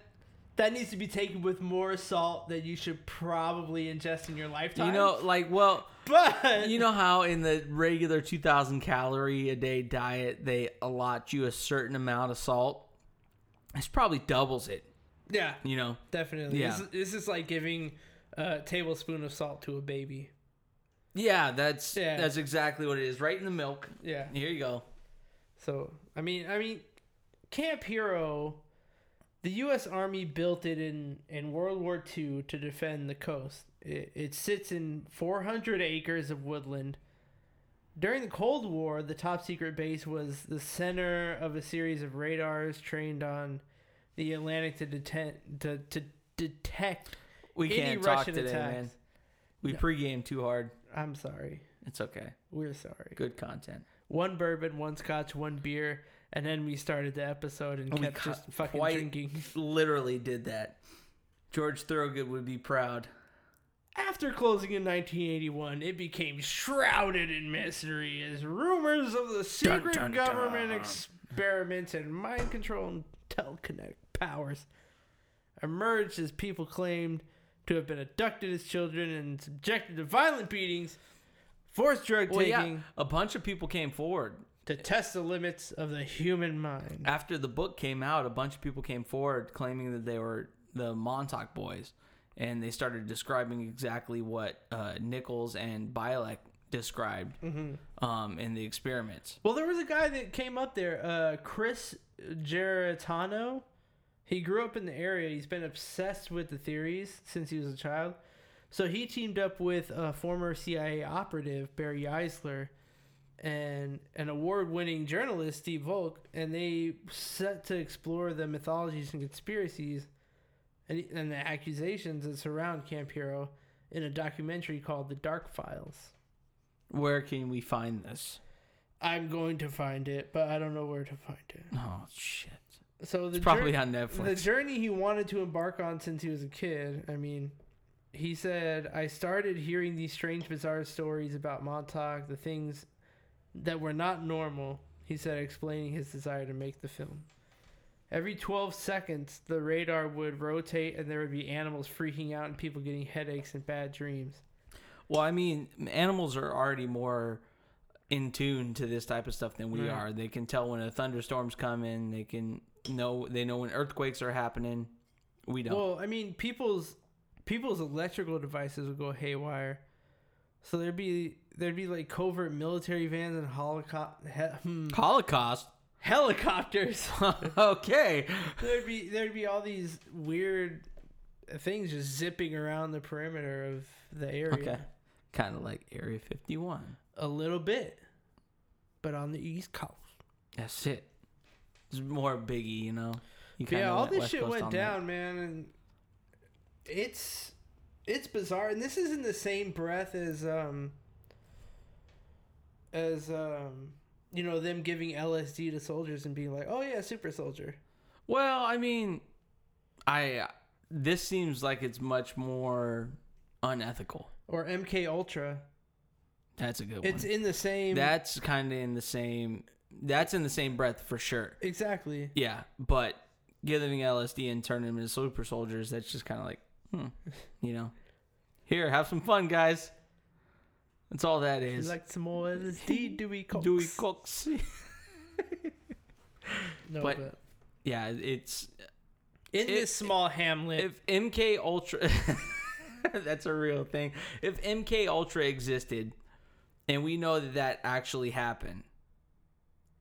that needs to be taken with more salt than you should probably ingest in your lifetime.
You know, like well,
but
you know how in the regular 2000 calorie a day diet they allot you a certain amount of salt. This probably doubles it.
yeah,
You know,
definitely.
Yeah.
This, is- this is like giving a tablespoon of salt to a baby.
yeah, that's
Yeah.
that's exactly what it is. Right in the milk.
Yeah.
Here you go.
So I mean, I mean, Camp Hero, the U.S. Army built it in in World War II to defend the coast. It, it sits in 400 acres of woodland. During the Cold War, the top secret base was the center of a series of radars trained on the Atlantic to detect to, to detect
We
any
can't talk
Russian
today,
attacks.
man. We pregame too hard.
I'm sorry.
It's okay.
We're sorry.
Good content.
One bourbon, one scotch, one beer, and then we started the episode and
We
kept
got
just fucking
quite-
drinking.
Literally did that. George Thorogood would be proud.
After closing in 1981, it became shrouded in mystery as rumors of the secret
dun,
government
dun.
experiments and mind control and telekinetic powers emerged as people claimed to have been abducted as children and subjected to violent beatings, forced drug
Well, yeah,
taking
a bunch of people came forward
to test the limits of the human mind.
after the book came out. A bunch of people came forward claiming that they were the Montauk Boys, and they started describing exactly what uh, Nichols and Bielek described um, in the experiments.
Well, there was a guy that came up there, uh, Chris Geritano. He grew up in the area. He's been obsessed with the theories since he was a child. So he teamed up with a former CIA operative, Barry Eisler, and an award winning journalist, Steve Volk, and they set to explore the mythologies and conspiracies and, and the accusations that surround Camp Hero in a documentary called The Dark Files.
Where can we find this?
I'm going to find it, but I don't know where to find it.
Oh shit!
So the
It's probably
jour-
on Netflix.
the journey he wanted to embark on since he was a kid. I mean, he said, "I started hearing these strange, bizarre stories about Montauk, the things that were not normal." He said, explaining his desire to make the film. Every 12 seconds, the radar would rotate, and there would be animals freaking out and people getting headaches and bad dreams.
Well, I mean, animals are already more in tune to this type of stuff than we
Right.
are. They can tell when a thunderstorm's coming. They can know they know when earthquakes are happening. We don't.
Well, I mean, people's people's electrical devices would go haywire. So there'd be there'd be like covert military vans and holocaust
Holocaust.
helicopters.
okay.
there'd be there'd be all these weird things just zipping around the perimeter of the area.
Okay. Kind of like Area 51.
A little bit, but on the east coast.
That's it. It's more biggie, you know. You
yeah,
kinda
all
went
this
West
shit
Coast
went
on that.
down, man, and it's it's bizarre. And this is in the same breath as um as um you know them giving LSD to soldiers and being like, oh yeah, super soldier.
Well, I mean, I this seems like it's much more unethical.
Or MK Ultra.
That's a good one.
It's in the same
That's kind of in the same. That's in the same breath for sure.
exactly.
Yeah, but giving LSD and turning them into super soldiers, that's just kind of like, hmm, you know, here, have some fun, guys. That's all that
You
is.
like some more LSD, do we call
Dewey Cox.
No, but,
but- yeah, it's
in
it-
this small hamlet,
if MK Ultra. that's a real thing. If MK Ultra existed, and we know that that actually happened,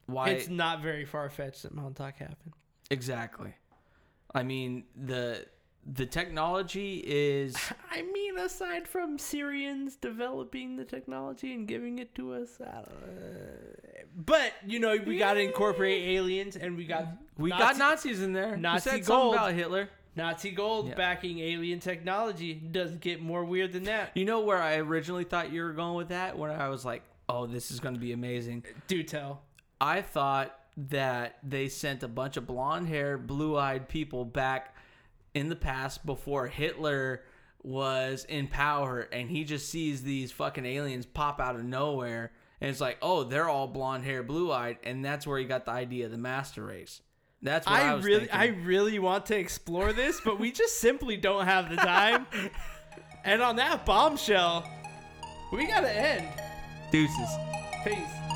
why
it's not very far fetched that Montauk happened.
Exactly. I mean the the technology is
I mean, aside from Syrians developing the technology and giving it to us, I don't know. but you know, we got to incorporate aliens, and we got
we
Nazi,
got Nazis in there. You
Nazi
said
gold.
something about Hitler.
Nazi gold
Yeah.
backing alien technology. Doesn't get more weird than that.
You know where I originally thought you were going with that when I was like, "Oh, this is going to be amazing."
Do tell.
I thought that they sent a bunch of blonde-haired, blue-eyed people back in the past before Hitler was in power and he just sees these fucking aliens pop out of nowhere and it's like, "Oh, they're all blonde-haired, blue-eyed." And that's where he got the idea of the master race. That's what I,
I,
was
really,
thinking.
I really want to explore this, but we just simply don't have the time. and on that bombshell, we gotta end.
deuces.
Peace.